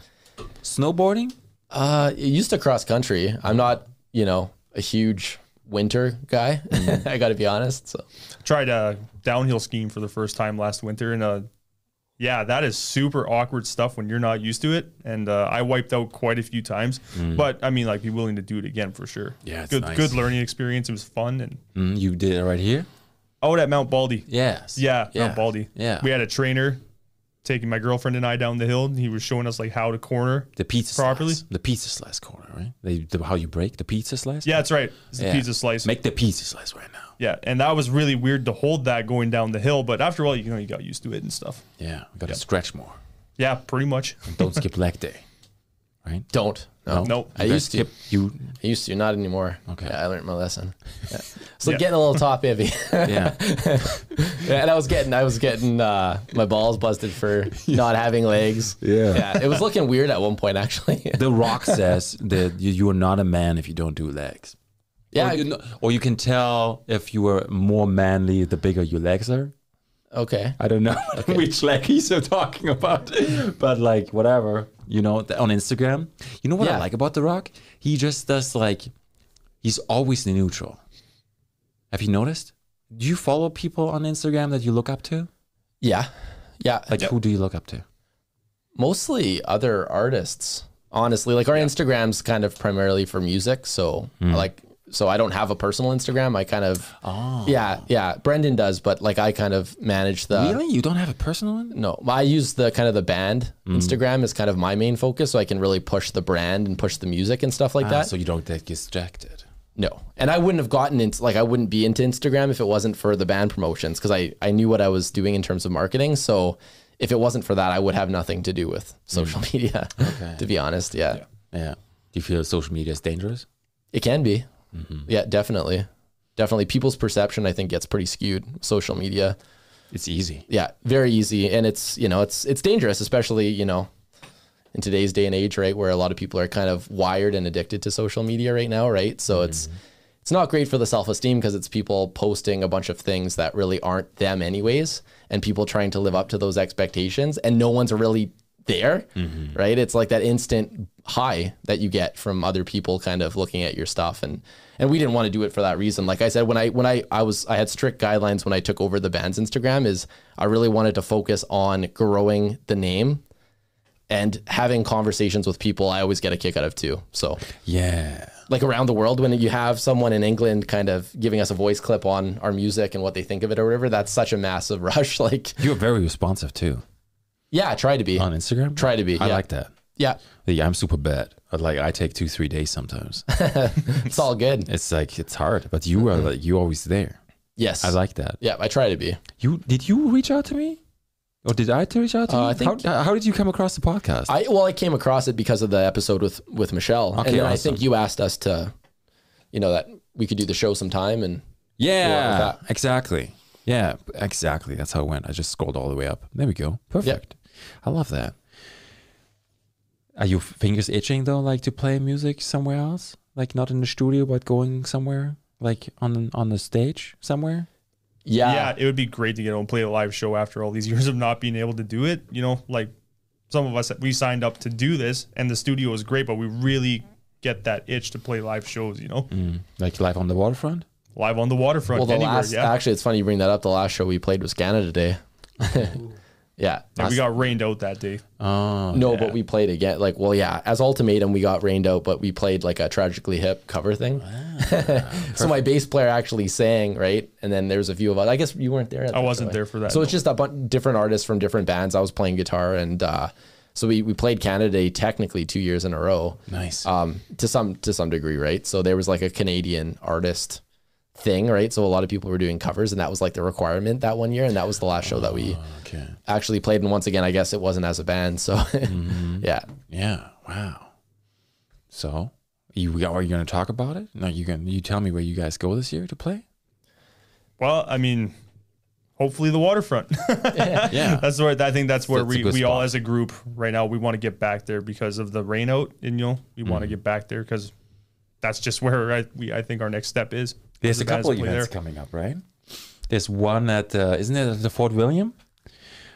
[SPEAKER 1] Snowboarding?
[SPEAKER 3] Uh, it used to cross country. I'm not, you know, a huge winter guy. I got to be honest. So
[SPEAKER 2] tried a downhill skiing for the first time last winter and uh yeah that is super awkward stuff when you're not used to it and uh, i wiped out quite a few times
[SPEAKER 3] Hmm.
[SPEAKER 2] but i mean like be willing to do it again for sure
[SPEAKER 1] Yeah, it's
[SPEAKER 2] good
[SPEAKER 1] nice.
[SPEAKER 2] good learning experience it was fun and
[SPEAKER 1] Mm, you did it right here?
[SPEAKER 2] out at mount baldy
[SPEAKER 1] Yes.
[SPEAKER 2] yeah,
[SPEAKER 1] Yeah.
[SPEAKER 2] mount baldy
[SPEAKER 1] Yeah.
[SPEAKER 2] we had a trainer taking my girlfriend and i down the hill and he was showing us like how to corner
[SPEAKER 1] The pizza
[SPEAKER 2] Properly?
[SPEAKER 1] slice. The pizza slice corner, right? They, the, how you break the pizza slice?
[SPEAKER 2] yeah that's right it's the
[SPEAKER 1] Yeah.
[SPEAKER 2] pizza slice
[SPEAKER 1] Make the pizza slice right now.
[SPEAKER 2] yeah and that was really weird to hold that going down the hill but after all you know you got used to it and stuff
[SPEAKER 1] Yeah, we gotta stretch more.
[SPEAKER 2] yeah pretty much
[SPEAKER 1] Don't skip leg day, right?
[SPEAKER 3] don't.
[SPEAKER 1] No.
[SPEAKER 2] Nope.
[SPEAKER 3] I
[SPEAKER 1] You
[SPEAKER 3] used to.
[SPEAKER 1] skip- You,
[SPEAKER 3] I used to, not anymore.
[SPEAKER 1] Okay.
[SPEAKER 3] Yeah, I learned my lesson. Yeah. So
[SPEAKER 2] Yeah.
[SPEAKER 3] getting a little top heavy.
[SPEAKER 1] yeah.
[SPEAKER 3] Yeah, and I was getting, I was getting uh, my balls busted for not having legs.
[SPEAKER 1] Yeah.
[SPEAKER 3] yeah, it was looking weird at one point actually.
[SPEAKER 1] The Rock says that you, you are not a man if you don't do legs.
[SPEAKER 3] yeah,
[SPEAKER 1] Or you, know, or you can tell if you are more manly the bigger your legs are.
[SPEAKER 3] okay.
[SPEAKER 1] I don't know which leg he's talking about, but like whatever. You know, th- on Instagram. You know what I
[SPEAKER 3] Yeah.
[SPEAKER 1] like about The Rock? He just does like, he's always neutral. Have you noticed? Do you follow people on Instagram that you look up to?
[SPEAKER 3] Yeah, yeah.
[SPEAKER 1] Like, who do you look up to?
[SPEAKER 3] mostly other artists honestly like our instagram's kind of primarily for music so
[SPEAKER 1] Hmm.
[SPEAKER 3] like so i don't have a personal instagram i kind of
[SPEAKER 1] Ah,
[SPEAKER 3] oh. yeah yeah brendan does but like i kind of manage the
[SPEAKER 1] Really? You don't have a personal one?
[SPEAKER 3] no i use the kind of the band
[SPEAKER 1] Mm.
[SPEAKER 3] instagram is kind of my main focus so i can really push the brand and push the music and stuff like
[SPEAKER 1] Ah,
[SPEAKER 3] that
[SPEAKER 1] so you don't get distracted.
[SPEAKER 3] no and i wouldn't have gotten into like i wouldn't be into instagram if it wasn't for the band promotions because i i knew what i was doing in terms of marketing so if it wasn't for that i would have nothing to do with social media to be honest yeah.
[SPEAKER 1] Mm. Yeah. Do you feel social media is dangerous?
[SPEAKER 3] It can be.
[SPEAKER 1] Mm-hmm.
[SPEAKER 3] Yeah, definitely. Definitely. People's perception, I think, gets pretty skewed. Social media.
[SPEAKER 1] It's easy.
[SPEAKER 3] Yeah, very easy. And it's, you know, it's it's dangerous, especially, you know, in today's day and age, right? Where a lot of people are kind of wired and addicted to social media right now, right? So it's it's not great for the self-esteem because it's people posting a bunch of things that really aren't them anyways and people trying to live up to those expectations and no one's really there right it's like that instant high that you get from other people kind of looking at your stuff and and we didn't want to do it for that reason like i said when i when i i was i had strict guidelines when i took over the band's instagram is i really wanted to focus on growing the name and having conversations with people i always get a kick out of too so
[SPEAKER 1] Yeah.
[SPEAKER 3] like around the world when you have someone in England kind of giving us a voice clip on our music and what they think of it or whatever, that's such a massive rush. Like,
[SPEAKER 1] You're very responsive too
[SPEAKER 3] yeah, try to be.
[SPEAKER 1] on Instagram.
[SPEAKER 3] Try to be.
[SPEAKER 1] I
[SPEAKER 3] yeah.
[SPEAKER 1] like that.
[SPEAKER 3] yeah.
[SPEAKER 1] Yeah, I'm super bad. But, Like I take two, three days sometimes.
[SPEAKER 3] It's all good.
[SPEAKER 1] it's like it's hard, but you are like you always there.
[SPEAKER 3] Yes.
[SPEAKER 1] I like that.
[SPEAKER 3] yeah, I try to be.
[SPEAKER 1] You did you reach out to me, or did I to reach out to
[SPEAKER 3] Uh,
[SPEAKER 1] you?
[SPEAKER 3] I think-
[SPEAKER 1] how, how did you come across the podcast?
[SPEAKER 3] I well, I came across it because of the episode with with Michelle,
[SPEAKER 1] Okay,
[SPEAKER 3] and then I
[SPEAKER 1] awesome.
[SPEAKER 3] think you asked us to, you know, that we could do the show sometime, and
[SPEAKER 1] yeah,
[SPEAKER 3] that.
[SPEAKER 1] exactly. Yeah, exactly. That's how it went. I just scrolled all the way up. There we go. Perfect. I love that. Are your fingers itching though, like to play music somewhere else, like not in the studio, but going somewhere, like on on the stage somewhere?
[SPEAKER 3] yeah,
[SPEAKER 2] yeah, it would be great to get on and play a live show after all these years of not being able to do it. You know, like some of us we signed up to do this, and the studio is great, but we really get that itch to play live shows. You know,
[SPEAKER 1] Like live on the waterfront?
[SPEAKER 2] live on the waterfront,
[SPEAKER 3] Mm. Well, the
[SPEAKER 2] anywhere.
[SPEAKER 3] last
[SPEAKER 2] yeah,
[SPEAKER 3] actually, it's funny you bring that up. The last show we played was Canada Day. yeah,
[SPEAKER 2] And we got rained out that day.
[SPEAKER 1] Oh,
[SPEAKER 3] No, but we played again. Like, well, yeah, as ultimatum, we got rained out, but we played like a tragically hip cover thing. so my bass player actually sang, right? And then there was a few of us. I guess you weren't there. At
[SPEAKER 2] I wasn't there for that,
[SPEAKER 3] So it's just a bunch different artists from different bands. I was playing guitar, and uh, so we we played Canada Day technically two years in a row
[SPEAKER 1] nice.
[SPEAKER 3] um, to some to some degree, right? So there was like a Canadian artist thing, right? So a lot of people were doing covers, and that was like the requirement that one year, and that was the last show that
[SPEAKER 2] Oh.
[SPEAKER 3] we
[SPEAKER 1] okay.
[SPEAKER 3] actually played. And once again, I guess it wasn't as a band, so
[SPEAKER 1] Mm-hmm.
[SPEAKER 3] yeah.
[SPEAKER 1] Yeah. Wow. So, you are you going to talk about it? No, you going you tell me where you guys go this year to play?
[SPEAKER 2] Well, I mean, hopefully the waterfront.
[SPEAKER 1] Yeah.
[SPEAKER 2] that's where I think that's where
[SPEAKER 1] That's a
[SPEAKER 2] we,
[SPEAKER 1] good
[SPEAKER 2] we all
[SPEAKER 1] spot.
[SPEAKER 2] as a group right now we want to get back there because of the rain out, and you know we want
[SPEAKER 1] Mm-hmm.
[SPEAKER 2] to get back there because that's just where I, we I think our next step is.
[SPEAKER 1] There's
[SPEAKER 2] The
[SPEAKER 1] a couple
[SPEAKER 2] bands play
[SPEAKER 1] events
[SPEAKER 2] there.
[SPEAKER 1] coming up, right? There's one at uh, isn't it at the Fort William?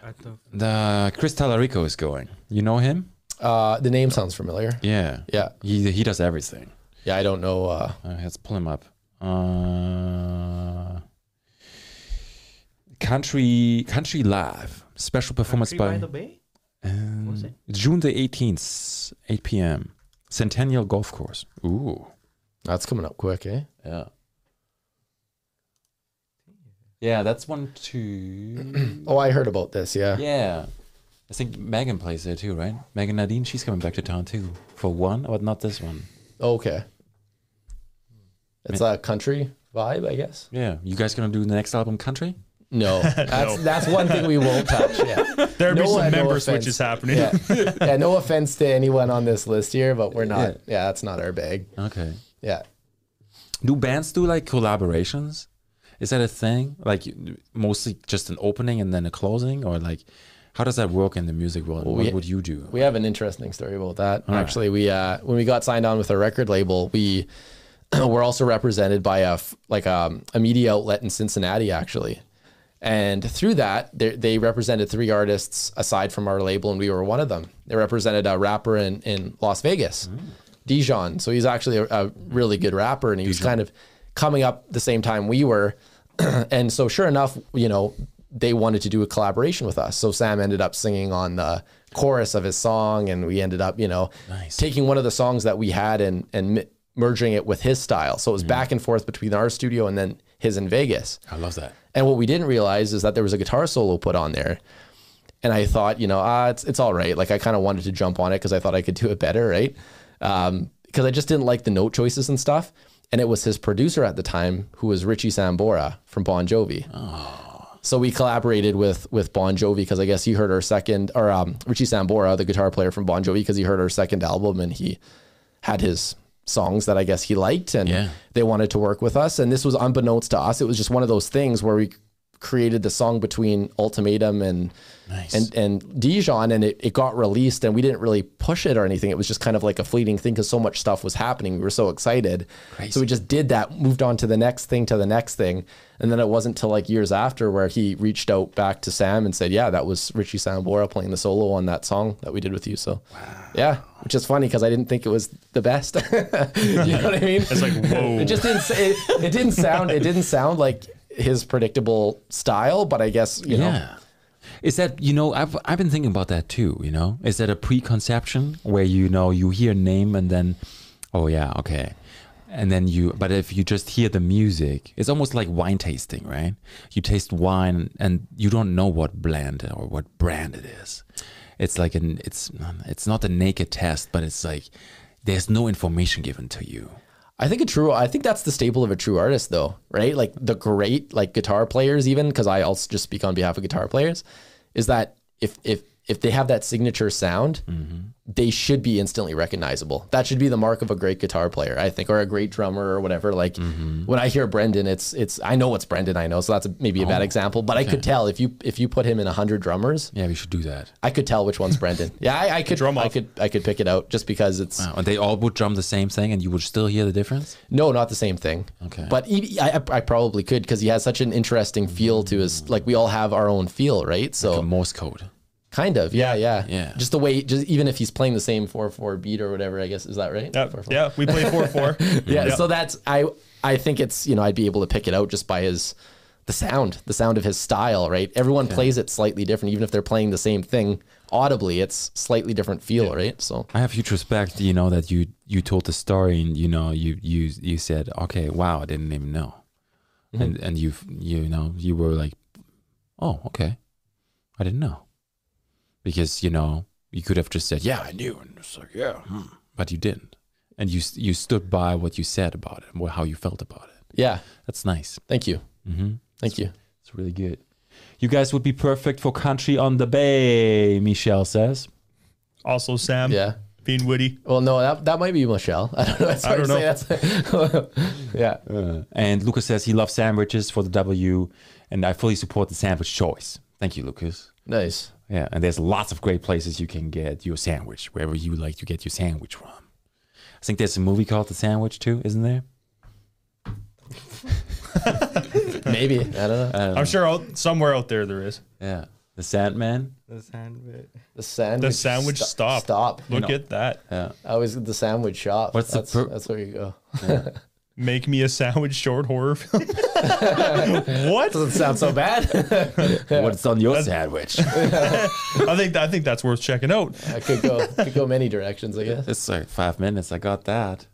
[SPEAKER 4] At the
[SPEAKER 1] The Chris Talarico is going. You know him?
[SPEAKER 3] Uh, the name sounds familiar.
[SPEAKER 1] Yeah.
[SPEAKER 3] Yeah.
[SPEAKER 1] He he does everything.
[SPEAKER 3] Yeah, I don't know. Uh,
[SPEAKER 1] Uh, let's pull him up. Uh, country country live special performance
[SPEAKER 4] Tree by
[SPEAKER 1] by
[SPEAKER 4] the Bay? was it?
[SPEAKER 1] June the 18th, 8 p.m. Centennial Golf Course. Ooh.
[SPEAKER 3] that's coming up quick, eh?
[SPEAKER 1] Yeah. Yeah, that's one too.
[SPEAKER 3] Oh, I heard about this. Yeah.
[SPEAKER 1] yeah. I think Megan plays there too, right? Megan Nadine, she's coming back to town too. For one, but not this one.
[SPEAKER 3] Okay. It's a country vibe, I guess.
[SPEAKER 1] Yeah. You guys gonna do the next album, Country?
[SPEAKER 3] No, that's that's one thing we won't touch. Yeah,
[SPEAKER 2] There'd
[SPEAKER 3] No,
[SPEAKER 2] be
[SPEAKER 3] I-
[SPEAKER 2] some
[SPEAKER 3] no
[SPEAKER 2] member
[SPEAKER 3] offense.
[SPEAKER 2] switches happening.
[SPEAKER 3] yeah. yeah. No offense to anyone on this list here, but we're not. Yeah, that's not our bag.
[SPEAKER 1] Okay.
[SPEAKER 3] Yeah.
[SPEAKER 1] Do bands do like collaborations? Is that a thing? Like you- mostly just an opening and then a closing, or like how does that work in the music world? what
[SPEAKER 3] we-
[SPEAKER 1] would you do?
[SPEAKER 3] We have an interesting story about that. Actually, we uh, when we got signed on with a record label, we were also represented by a f- like um, a media outlet in Cincinnati, actually. And through that, they- they represented three artists aside from our label, and we were one of them. They represented a rapper in, in Las Vegas, Dijon. So he's actually a, a really good rapper, and he was kind of coming up the same time we were. and so, sure enough, you know, they wanted to do a collaboration with us. So Sam ended up singing on the chorus of his song, and we ended up, you know, taking one of the songs that we had and and mi- merging it with his style. So it was back and forth between our studio and then his in Vegas.
[SPEAKER 1] I love that.
[SPEAKER 3] And what we didn't realize is that there was a guitar solo put on there. And I thought, you know, ah, it's it's all right. Like I kind of wanted to jump on it because I thought I could do it better, right? Um, because I just didn't like the note choices and stuff. And it was his producer at the time who was Richie Sambora from Bon Jovi. So we collaborated with with Bon Jovi because I guess he heard our second or um, Richie Sambora, the guitar player from Bon Jovi, because he heard our second album and he had his songs that I guess he liked and
[SPEAKER 1] Yeah.
[SPEAKER 3] they wanted to work with us. And this was unbeknownst to us. It was just one of those things where we created the song between Ultimatum and
[SPEAKER 1] Nice.
[SPEAKER 3] and and Dijon and it, it got released and we didn't really push it or anything. It was just kind of like a fleeting thing because so much stuff was happening. We were so excited. So we just did that, moved on to the next thing to the next thing. And then it wasn't till like years after where he reached out back to Sam and said, Yeah, that was Richie Sambora playing the solo on that song that we did with you. So yeah. Which is funny because I didn't think it was the best. you know what I mean?
[SPEAKER 2] It's like, whoa.
[SPEAKER 3] It just didn't. It, it didn't sound. It didn't sound like his predictable style. But I guess you know.
[SPEAKER 1] yeah. Is that you know I've I've been thinking about that too. You know, is that a preconception where you know you hear a name and then, oh yeah, okay, and then you. But if you just hear the music, it's almost like wine tasting, right? You taste wine and you don't know what blend or what brand it is. It's like an it's it's not a naked test, but it's like there's no information given to you.
[SPEAKER 3] I think a true. I think that's the staple of a true artist, though, right? Like the great like guitar players, even because I also just speak on behalf of guitar players, is that if if if they have that signature sound,
[SPEAKER 2] Mm-hmm.
[SPEAKER 3] they should be instantly recognizable. That should be the mark of a great guitar player, I think, or a great drummer or whatever. Like
[SPEAKER 2] Mm-hmm.
[SPEAKER 3] when I hear Brendan, it's it's I know it's Brendan. I know, so that's a, maybe a
[SPEAKER 2] Oh,
[SPEAKER 3] bad example, but I could tell if you if you put him in hundred drummers,
[SPEAKER 1] Yeah, we should do that.
[SPEAKER 3] I could tell which one's Brendan. Yeah, I, I could
[SPEAKER 2] Drum
[SPEAKER 3] I
[SPEAKER 2] off.
[SPEAKER 3] could I could pick it out just because it's
[SPEAKER 1] Wow, And they all would drum the same thing, and you would still hear the difference.
[SPEAKER 3] No, not the same thing.
[SPEAKER 1] Okay.
[SPEAKER 3] But he, I, I probably could because he has such an interesting feel to his. Like we all have our own feel, right? So
[SPEAKER 1] The Morse code.
[SPEAKER 3] kind of, yeah, yeah,
[SPEAKER 1] Yeah.
[SPEAKER 3] Just the way, just even if he's playing the same four four beat or whatever, I guess is that right?
[SPEAKER 2] yeah,
[SPEAKER 3] Four, four.
[SPEAKER 2] yeah, we play four four.
[SPEAKER 3] yeah. So that's I. I think it's you know I'd be able to pick it out just by his the sound, the sound of his style, right? Everyone plays it slightly different, even if they're playing the same thing audibly. It's slightly different feel, right? So
[SPEAKER 1] I have huge respect, you know, that you you told the story and you know you you you said, okay, wow, I didn't even know, and and you you know you were like, oh, okay, I didn't know, because you know you could have just said, yeah, I knew, and it's like, yeah, hmm. but you didn't, and you s- you stood by what you said about it, and wh- how you felt about it.
[SPEAKER 3] yeah,
[SPEAKER 1] That's nice.
[SPEAKER 3] thank you,
[SPEAKER 1] Mm-hmm.
[SPEAKER 3] thank you.
[SPEAKER 1] It's really good. You guys would be perfect for country on the bay, Michelle says.
[SPEAKER 2] Also, Sam.
[SPEAKER 3] Yeah.
[SPEAKER 2] Being witty.
[SPEAKER 3] Well, no, that, that might be Michelle. I don't know. That's hard
[SPEAKER 2] don't
[SPEAKER 3] to
[SPEAKER 2] know.
[SPEAKER 3] Say. That's, yeah.
[SPEAKER 1] Uh, and Lucas says he loves sandwiches for the W, and I fully support the sandwich choice. Thank you, Lucas.
[SPEAKER 3] Nice.
[SPEAKER 1] Yeah, and there's lots of great places you can get your sandwich wherever you like to get your sandwich from. I think there's a movie called The Sandwich too, isn't there?
[SPEAKER 3] Maybe. I don't know.
[SPEAKER 2] I'm sure out, somewhere out there there is.
[SPEAKER 1] Um, Yeah, The Sandman.
[SPEAKER 4] The sandwich.
[SPEAKER 3] The sandwich.
[SPEAKER 2] The sandwich
[SPEAKER 3] sto-
[SPEAKER 2] stop.
[SPEAKER 3] Stop.
[SPEAKER 2] Look at that.
[SPEAKER 3] I was at the sandwich shop.
[SPEAKER 1] What's the
[SPEAKER 3] that's,
[SPEAKER 1] per-
[SPEAKER 3] that's where you go.
[SPEAKER 2] Make me a sandwich short horror film. what?
[SPEAKER 3] Doesn't sound so bad.
[SPEAKER 1] What's on your sandwich?
[SPEAKER 2] I think I think that's worth checking out.
[SPEAKER 3] I could go could go many directions, I guess.
[SPEAKER 1] it's like five minutes. I got that.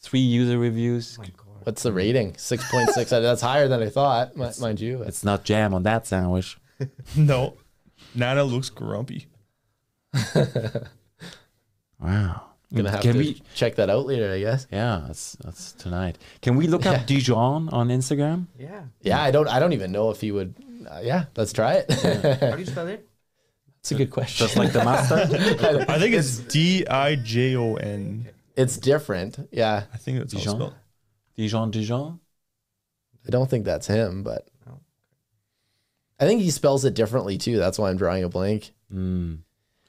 [SPEAKER 1] Three user reviews.
[SPEAKER 3] Oh What's the rating? 6.6. that's higher than I thought, mi- mind you.
[SPEAKER 1] It's not jam on that sandwich.
[SPEAKER 2] No. Nana looks grumpy.
[SPEAKER 1] Wow.
[SPEAKER 3] I'm going to have
[SPEAKER 1] Mm, Can
[SPEAKER 3] to
[SPEAKER 1] we?
[SPEAKER 3] check that out later, I guess.
[SPEAKER 1] Yeah, that's that's tonight. Can we look up Dijon on Instagram?
[SPEAKER 4] Yeah.
[SPEAKER 3] Yeah, I don't I don't even know if he would Uh, yeah, let's try it.
[SPEAKER 4] How do you spell it?
[SPEAKER 3] That's a good question.
[SPEAKER 1] Just like the master.
[SPEAKER 2] I think it's D I J O N.
[SPEAKER 3] it's different. Yeah,
[SPEAKER 2] I think that's how it's
[SPEAKER 1] Dijon?
[SPEAKER 2] spelled.
[SPEAKER 1] Dijon, Dijon.
[SPEAKER 3] I don't think that's him, but I think he spells it differently too. That's why I'm drawing a blank.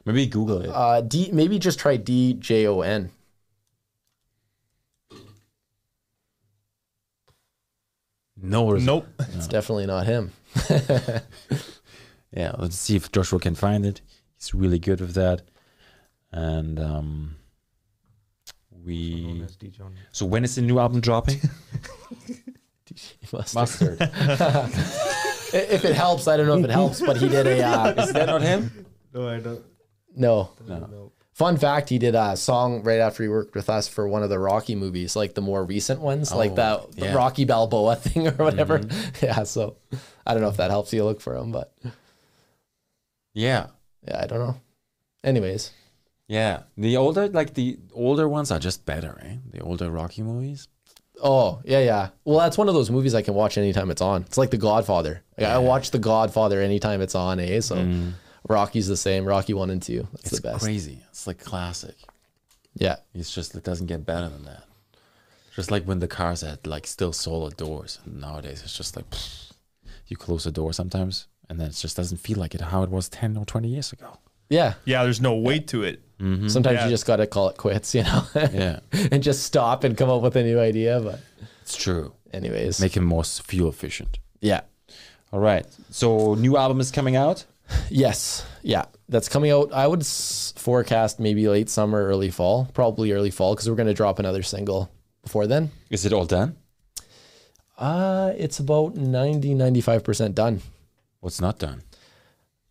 [SPEAKER 1] Maybe Google it.
[SPEAKER 3] Uh, D, maybe just try D J O N.
[SPEAKER 1] No result.
[SPEAKER 2] Nope.
[SPEAKER 3] It's definitely not him.
[SPEAKER 1] yeah, let's see if Joshua can find it. He's really good with that. And um, we. E.
[SPEAKER 4] Known as Dijon.
[SPEAKER 1] So when is the new album dropping?
[SPEAKER 3] He must-
[SPEAKER 1] Mustard.
[SPEAKER 3] if it helps, I don't know if it helps, but he did a uh,
[SPEAKER 1] is that not him?
[SPEAKER 4] No, I don't.
[SPEAKER 3] no.
[SPEAKER 4] No.
[SPEAKER 3] Fun fact: He did a song right after he worked with us for one of the Rocky movies, like the more recent ones, like the, the
[SPEAKER 1] Oh, yeah. Mm-hmm.
[SPEAKER 3] Rocky Balboa thing or whatever. Yeah, so I don't know if that helps you look for him, but
[SPEAKER 1] Yeah.
[SPEAKER 3] yeah, I don't know. Anyways,
[SPEAKER 1] Yeah. The older, like the older ones are just better, eh? The older Rocky movies.
[SPEAKER 3] oh yeah, yeah. Well, that's one of those movies I can watch anytime it's on. It's like The Godfather. Like, I watch The Godfather anytime it's on, eh? So Rocky's the same. Rocky one and two. That's
[SPEAKER 1] Mm. It's
[SPEAKER 3] the best.
[SPEAKER 1] crazy. It's like classic.
[SPEAKER 3] Yeah.
[SPEAKER 1] It's just it doesn't get better than that. Just like when the cars had like still solar doors. Nowadays it's just like pfft, you close the door sometimes and then it just doesn't feel like it how it was ten or twenty years ago.
[SPEAKER 3] Yeah.
[SPEAKER 2] Yeah, there's no weight to it.
[SPEAKER 3] Sometimes
[SPEAKER 2] Yeah.
[SPEAKER 3] you just got to call it quits, you know,
[SPEAKER 1] Mm-hmm. Yeah.
[SPEAKER 3] and just stop and come up with a new idea. But,
[SPEAKER 1] it's true.
[SPEAKER 3] anyways,
[SPEAKER 1] Make it more s- fuel efficient.
[SPEAKER 3] yeah.
[SPEAKER 1] All right. So new album is coming out.
[SPEAKER 3] Yes. Yeah. That's coming out. I would s- forecast maybe late summer, early fall, probably early fall, because we're going to drop another single before then.
[SPEAKER 1] Is it all done?
[SPEAKER 3] Uh, it's about 90, 95% done.
[SPEAKER 1] What's not done?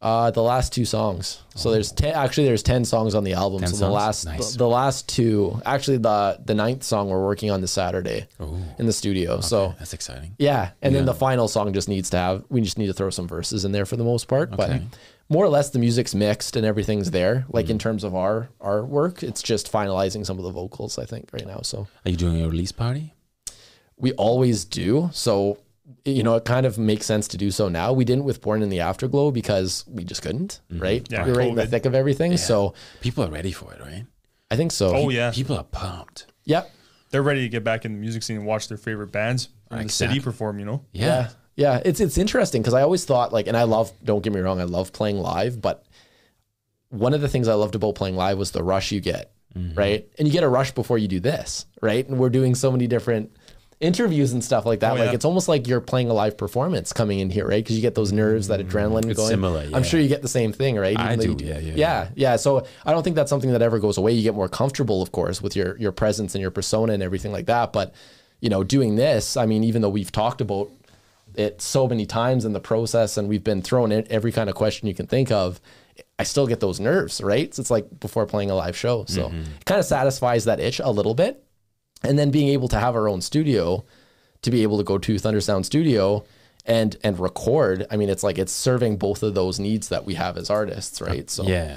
[SPEAKER 3] Uh, the last two songs. So there's ten. Actually, there's ten songs on the album.
[SPEAKER 1] 10
[SPEAKER 3] so the
[SPEAKER 1] songs?
[SPEAKER 3] last,
[SPEAKER 1] Nice.
[SPEAKER 3] the, the last two. Actually, the the ninth song we're working on this Saturday
[SPEAKER 1] Oh.
[SPEAKER 3] in the studio. So
[SPEAKER 1] That's exciting.
[SPEAKER 3] Yeah, and then the final song just needs to have we just need to throw some verses in there for the most part, but more or less the music's mixed and everything's there. Like in terms of our our work, it's just finalizing some of the vocals I think right now. So
[SPEAKER 1] Are you doing a release party?
[SPEAKER 3] we always do. So you know, it kind of makes sense to do so now. We didn't with Born in the Afterglow because we just couldn't, right?
[SPEAKER 2] Mm-hmm. Yeah,
[SPEAKER 3] we were right in the
[SPEAKER 2] COVID.
[SPEAKER 3] thick of everything. So
[SPEAKER 1] People are ready for it, right?
[SPEAKER 3] I think so.
[SPEAKER 2] Oh yeah,
[SPEAKER 1] People are pumped.
[SPEAKER 3] Yep.
[SPEAKER 2] they're ready to get back in the music scene and watch their favorite bands from the
[SPEAKER 1] Exactly.
[SPEAKER 2] city perform. You know,
[SPEAKER 1] Yeah.
[SPEAKER 3] Yeah, it's it's interesting because I always thought like, and I love. Don't get me wrong, I love playing live, but one of the things I loved about playing live was the rush you get,
[SPEAKER 2] Mm-hmm.
[SPEAKER 3] right? And you get a rush before you do this, right? And we're doing so many different interviews and stuff like that. like
[SPEAKER 2] Oh, yeah.
[SPEAKER 3] it's almost like you're playing a live performance coming in here, right? Because you get those nerves, that
[SPEAKER 2] Mm-hmm.
[SPEAKER 3] adrenaline going.
[SPEAKER 1] similar, yeah.
[SPEAKER 3] I'm sure you get the same thing, right?
[SPEAKER 1] I
[SPEAKER 3] though you
[SPEAKER 1] do, yeah, yeah,
[SPEAKER 3] yeah, yeah. So I don't think that's something that ever goes away. You get more comfortable, of course, with your your presence and your persona and everything like that. But you know, doing this, I mean, even though we've talked about it so many times in the process and we've been thrown in every kind of question you can think of, I still get those nerves, right? So it's like before playing a live show. So
[SPEAKER 1] Mm-hmm.
[SPEAKER 3] it kind of satisfies that itch a little bit. And then being able to have our own studio, to be able to go to Thundersound Studio and and record. I mean, it's like it's serving both of those needs that we have as artists, right? So
[SPEAKER 1] Yeah.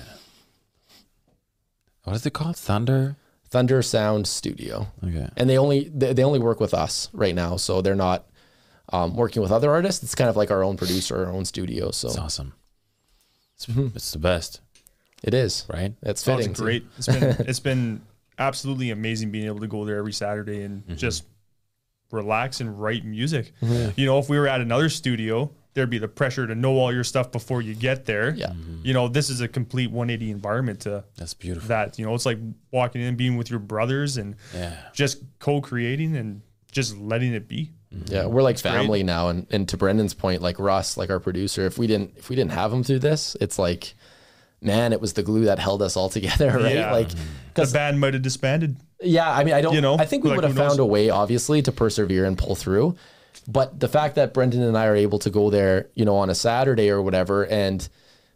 [SPEAKER 1] What is it called? Thunder?
[SPEAKER 3] Thunder Sound Studio,
[SPEAKER 1] Okay.
[SPEAKER 3] and they only they, they only work with us right now, so they're not um, working with other artists. It's kind of like our own producer, our own studio. So
[SPEAKER 1] It's awesome. It's, it's the best,
[SPEAKER 3] it is.
[SPEAKER 1] right?
[SPEAKER 3] It's
[SPEAKER 2] sounds
[SPEAKER 3] fitting. too.
[SPEAKER 2] great. It's been it's been absolutely amazing being able to go there every Saturday and just relax and write music. You know, if we were at another studio, there'd be the pressure to know all your stuff before you get there.
[SPEAKER 3] Yeah.
[SPEAKER 2] You know, this is a complete 180 environment to
[SPEAKER 1] That's beautiful.
[SPEAKER 2] that. You know, it's like walking in, being with your brothers, and
[SPEAKER 1] yeah.
[SPEAKER 2] just co-creating and just letting it be.
[SPEAKER 3] Yeah, we're like family now, and and to Brendan's point, like Russ, like our producer, if we didn't if we didn't have him through this, it's like, man, it was the glue that held us all together, right?
[SPEAKER 2] Yeah.
[SPEAKER 3] Like,
[SPEAKER 2] The
[SPEAKER 3] because
[SPEAKER 2] band might have disbanded.
[SPEAKER 3] Yeah, I mean, I don't.
[SPEAKER 2] You know,
[SPEAKER 3] I think we
[SPEAKER 2] like,
[SPEAKER 3] would have
[SPEAKER 2] who knows?
[SPEAKER 3] found a way, obviously, to persevere and pull through. But the fact that Brendan and I are able to go there, you know, on a Saturday or whatever, and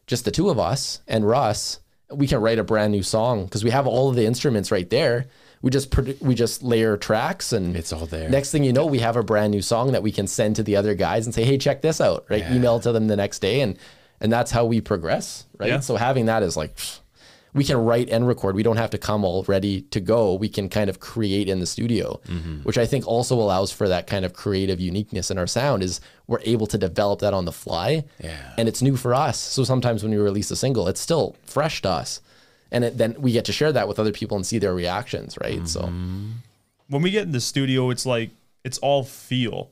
[SPEAKER 3] just the two of us and Russ, we can write a brand new song because we have all of the instruments right there. We just produ- we just layer tracks and
[SPEAKER 1] It's all there.
[SPEAKER 3] Next thing you know, we have a brand new song that we can send to the other guys and say, "Hey, check this out!" Right? Email to them the next day, and and that's how we progress, right?
[SPEAKER 2] Yeah.
[SPEAKER 3] So having that is like, pfft. we can write and record. We don't have to come all ready to go. We can kind of create in the studio, which I think also allows for that kind of creative uniqueness in our sound is we're able to develop that on the fly.
[SPEAKER 1] Yeah.
[SPEAKER 3] And it's new for us. So sometimes when we release a single, it's still fresh to us. And it, then we get to share that with other people and see their reactions, right? So
[SPEAKER 2] when we get in the studio, it's like it's all feel,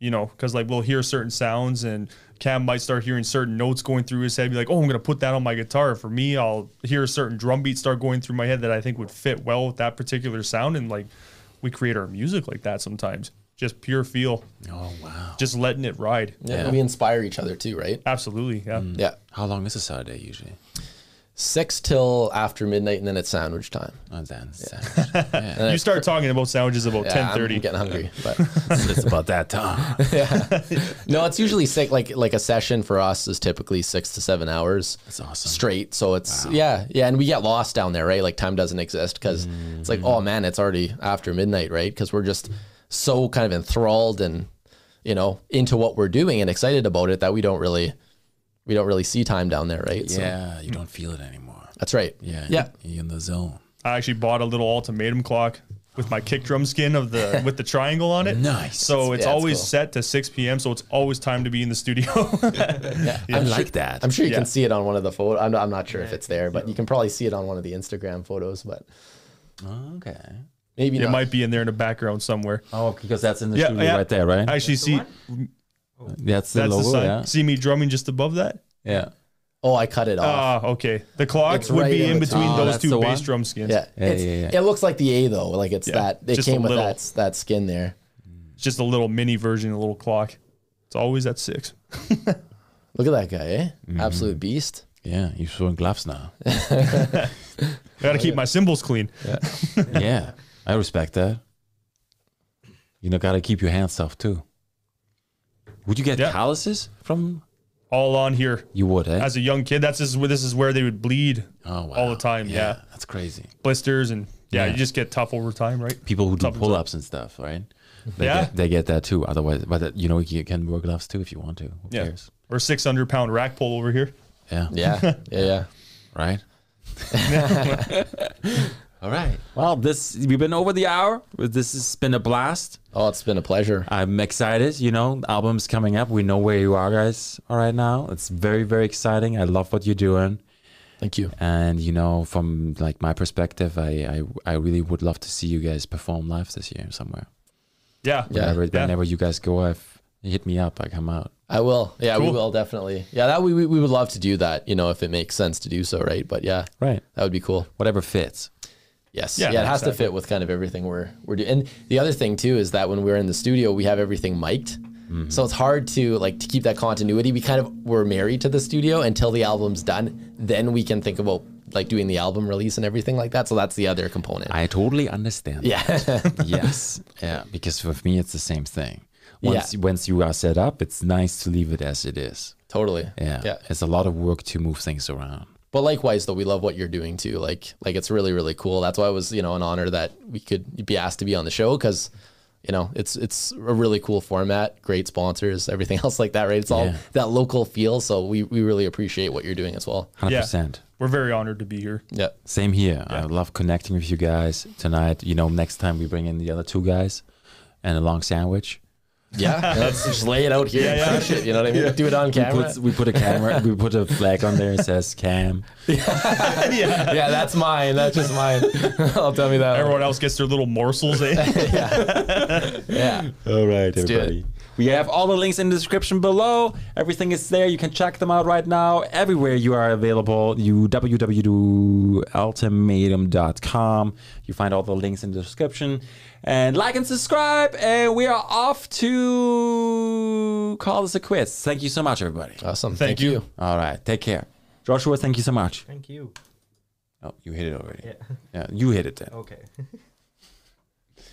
[SPEAKER 2] you know, because like we'll hear certain sounds and Cam might start hearing certain notes going through his head, be like, oh, I'm gonna put that on my guitar. For me, I'll hear a certain drum beat start going through my head that I think would fit well with that particular sound, and like we create our music like that sometimes, just pure feel,
[SPEAKER 1] Oh wow!
[SPEAKER 2] just letting it ride.
[SPEAKER 3] yeah. Mm. we inspire each other too, right?
[SPEAKER 2] Absolutely, yeah.
[SPEAKER 3] Yeah.
[SPEAKER 1] How long is a Saturday usually?
[SPEAKER 3] Six till after midnight and then it's sandwich time.
[SPEAKER 1] Oh, then
[SPEAKER 2] You start talking about sandwiches about
[SPEAKER 3] Yeah,
[SPEAKER 2] ten
[SPEAKER 3] I'm
[SPEAKER 2] thirty.
[SPEAKER 3] getting hungry. But
[SPEAKER 1] it's about that time.
[SPEAKER 3] no, it's usually six like like a session for us is typically six to seven hours.
[SPEAKER 1] That's awesome.
[SPEAKER 3] straight. So it's yeah, yeah, and we get lost down there, right? Like time doesn't exist because it's like, oh man, it's already after midnight, right? Because we're just so kind of enthralled and you know into what we're doing and excited about it that we don't really we don't really see time down there, right? So
[SPEAKER 1] Yeah, you don't feel it anymore.
[SPEAKER 3] that's right.
[SPEAKER 1] mm. Yeah,
[SPEAKER 3] yeah.
[SPEAKER 1] You're in the zone.
[SPEAKER 2] I actually bought a little ultimatum clock with my kick drum skin of the with the triangle on it.
[SPEAKER 1] Nice.
[SPEAKER 2] So it's
[SPEAKER 3] Yeah, it's
[SPEAKER 2] always
[SPEAKER 3] cool.
[SPEAKER 2] set to 6 p.m. So it's always time to be in the studio.
[SPEAKER 1] I like that.
[SPEAKER 3] I'm sure you
[SPEAKER 2] Yeah.
[SPEAKER 3] can see it on one of the photo. I'm, I'm not sure if it's there, but you can probably see it on one of the Instagram photos. But
[SPEAKER 1] okay.
[SPEAKER 3] maybe
[SPEAKER 2] it
[SPEAKER 3] not.
[SPEAKER 2] might be in there in the background somewhere.
[SPEAKER 1] Oh, because that's in the
[SPEAKER 2] Yeah,
[SPEAKER 1] studio
[SPEAKER 2] yeah.
[SPEAKER 1] right there, right?
[SPEAKER 2] I actually see
[SPEAKER 1] that's the
[SPEAKER 2] that's the
[SPEAKER 1] logo.
[SPEAKER 2] sign.
[SPEAKER 1] yeah.
[SPEAKER 2] See me drumming just above that.
[SPEAKER 1] yeah.
[SPEAKER 3] oh, I cut it off.
[SPEAKER 2] Ah, okay. The clock
[SPEAKER 3] It's
[SPEAKER 2] would
[SPEAKER 3] right
[SPEAKER 2] be
[SPEAKER 3] on
[SPEAKER 2] in
[SPEAKER 3] the
[SPEAKER 2] between
[SPEAKER 1] top. Oh,
[SPEAKER 2] those
[SPEAKER 1] that's
[SPEAKER 2] two
[SPEAKER 1] the
[SPEAKER 2] bass
[SPEAKER 1] one?
[SPEAKER 2] drum skins.
[SPEAKER 3] yeah,
[SPEAKER 1] Yeah,
[SPEAKER 3] it's,
[SPEAKER 1] yeah, yeah.
[SPEAKER 3] It looks like the A though. Like it's
[SPEAKER 2] Yeah,
[SPEAKER 3] that. It
[SPEAKER 2] just a
[SPEAKER 3] came with
[SPEAKER 2] little.
[SPEAKER 3] that that skin there.
[SPEAKER 2] It's just a little mini version, a little clock. It's always at six.
[SPEAKER 3] Look at that guy, eh? Absolute beast.
[SPEAKER 1] Yeah, you're showing gloves now.
[SPEAKER 2] I
[SPEAKER 1] Oh,
[SPEAKER 2] gotta keep my cymbals clean.
[SPEAKER 1] yeah, I respect that. You know, gotta keep your hands off too. Would you get
[SPEAKER 2] Yeah.
[SPEAKER 1] calluses from?
[SPEAKER 2] All on here.
[SPEAKER 1] You would, eh?
[SPEAKER 2] As a young kid, that's just, where- this is where they would bleed
[SPEAKER 1] oh, wow.
[SPEAKER 2] all the time. yeah.
[SPEAKER 1] that's crazy.
[SPEAKER 2] blisters and yeah,
[SPEAKER 1] Yeah.
[SPEAKER 2] you just get tough over time, right?
[SPEAKER 1] People who do
[SPEAKER 2] Something-
[SPEAKER 1] pull-ups and stuff, right? They
[SPEAKER 2] Yeah.
[SPEAKER 1] get, they get that too. Otherwise, but that, you know, you can wear gloves too if you want to. Who
[SPEAKER 2] Yeah.
[SPEAKER 1] cares?
[SPEAKER 2] Or six hundred pound rack pull over here.
[SPEAKER 1] Yeah.
[SPEAKER 3] Yeah, yeah, yeah.
[SPEAKER 1] right? All right. Well, this we've been over the hour. This has been a blast.
[SPEAKER 3] Oh, it's been a pleasure.
[SPEAKER 1] I'm excited. You know, album's coming up. We know where you are, guys. All right now, it's very very exciting. I love what you're doing,
[SPEAKER 3] Thank you.
[SPEAKER 1] and you know, from like my perspective, I I, I really would love to see you guys perform live this year somewhere.
[SPEAKER 2] Yeah.
[SPEAKER 3] Yeah.
[SPEAKER 1] Whenever, whenever you guys go, I've hit me up. I come out.
[SPEAKER 3] I will. Yeah, we
[SPEAKER 2] Cool.
[SPEAKER 3] will definitely. Yeah, that we, we we would love to do that. You know, if it makes sense to do so, right? But yeah,
[SPEAKER 1] Right.
[SPEAKER 3] that would be cool.
[SPEAKER 1] Whatever fits.
[SPEAKER 3] Yes.
[SPEAKER 2] Yeah,
[SPEAKER 3] Yeah, it has to
[SPEAKER 2] exactly.
[SPEAKER 3] fit with kind of everything we're we're doing. And the other thing too is that when we're in the studio, we have everything mic'd. So it's hard to like to keep that continuity. We kind of we're married to the studio until the album's done. Then we can think about like doing the album release and everything like that. So that's the other component.
[SPEAKER 1] I totally understand.
[SPEAKER 3] yeah.
[SPEAKER 1] yes. Yeah. Because with me, it's the same thing. Once
[SPEAKER 3] Yeah.
[SPEAKER 1] once you are set up, it's nice to leave it as it is.
[SPEAKER 3] totally.
[SPEAKER 1] Yeah.
[SPEAKER 3] Yeah.
[SPEAKER 1] It's a lot of work to move things around.
[SPEAKER 3] But likewise, though, we love what you're doing too. Like, like it's really, really cool. That's why it was, you know, an honor that we could be asked to be on the show because, you know, it's it's a really cool format, great sponsors, everything else like that, right? It's all
[SPEAKER 1] Yeah.
[SPEAKER 3] that local feel. So we we really appreciate what you're doing as well.
[SPEAKER 1] 100%.
[SPEAKER 2] We're very honored to be here.
[SPEAKER 3] Yeah,
[SPEAKER 1] Same here. I love connecting with you guys tonight. You know, next time we bring in the other two guys and a long sandwich.
[SPEAKER 3] yeah. Let's just lay it out here, and crush it. You know what I mean? Do it on camera.
[SPEAKER 1] Puts- we put a camera, we put a flag on there that says Cam.
[SPEAKER 3] yeah, that's mine. That's just mine. I'll tell me that. one.
[SPEAKER 2] Everyone else gets their little morsels. Eh?
[SPEAKER 3] Yeah.
[SPEAKER 1] All right,
[SPEAKER 3] do it.
[SPEAKER 1] everybody. We have all the links in the description below. Everything is there. You can check them out right now. Everywhere you are available, you www.ultimatum.com. You find all the links in the description. And like and subscribe. And we are off to call this a quiz. Thank you so much, everybody.
[SPEAKER 3] Awesome.
[SPEAKER 2] Thank
[SPEAKER 3] Thank,
[SPEAKER 2] you.
[SPEAKER 3] you.
[SPEAKER 1] All right, take care. Joshua, thank you so much.
[SPEAKER 4] Thank you.
[SPEAKER 1] Oh, you hit it already.
[SPEAKER 4] Yeah.
[SPEAKER 1] Yeah, you hit it then.
[SPEAKER 4] Okay.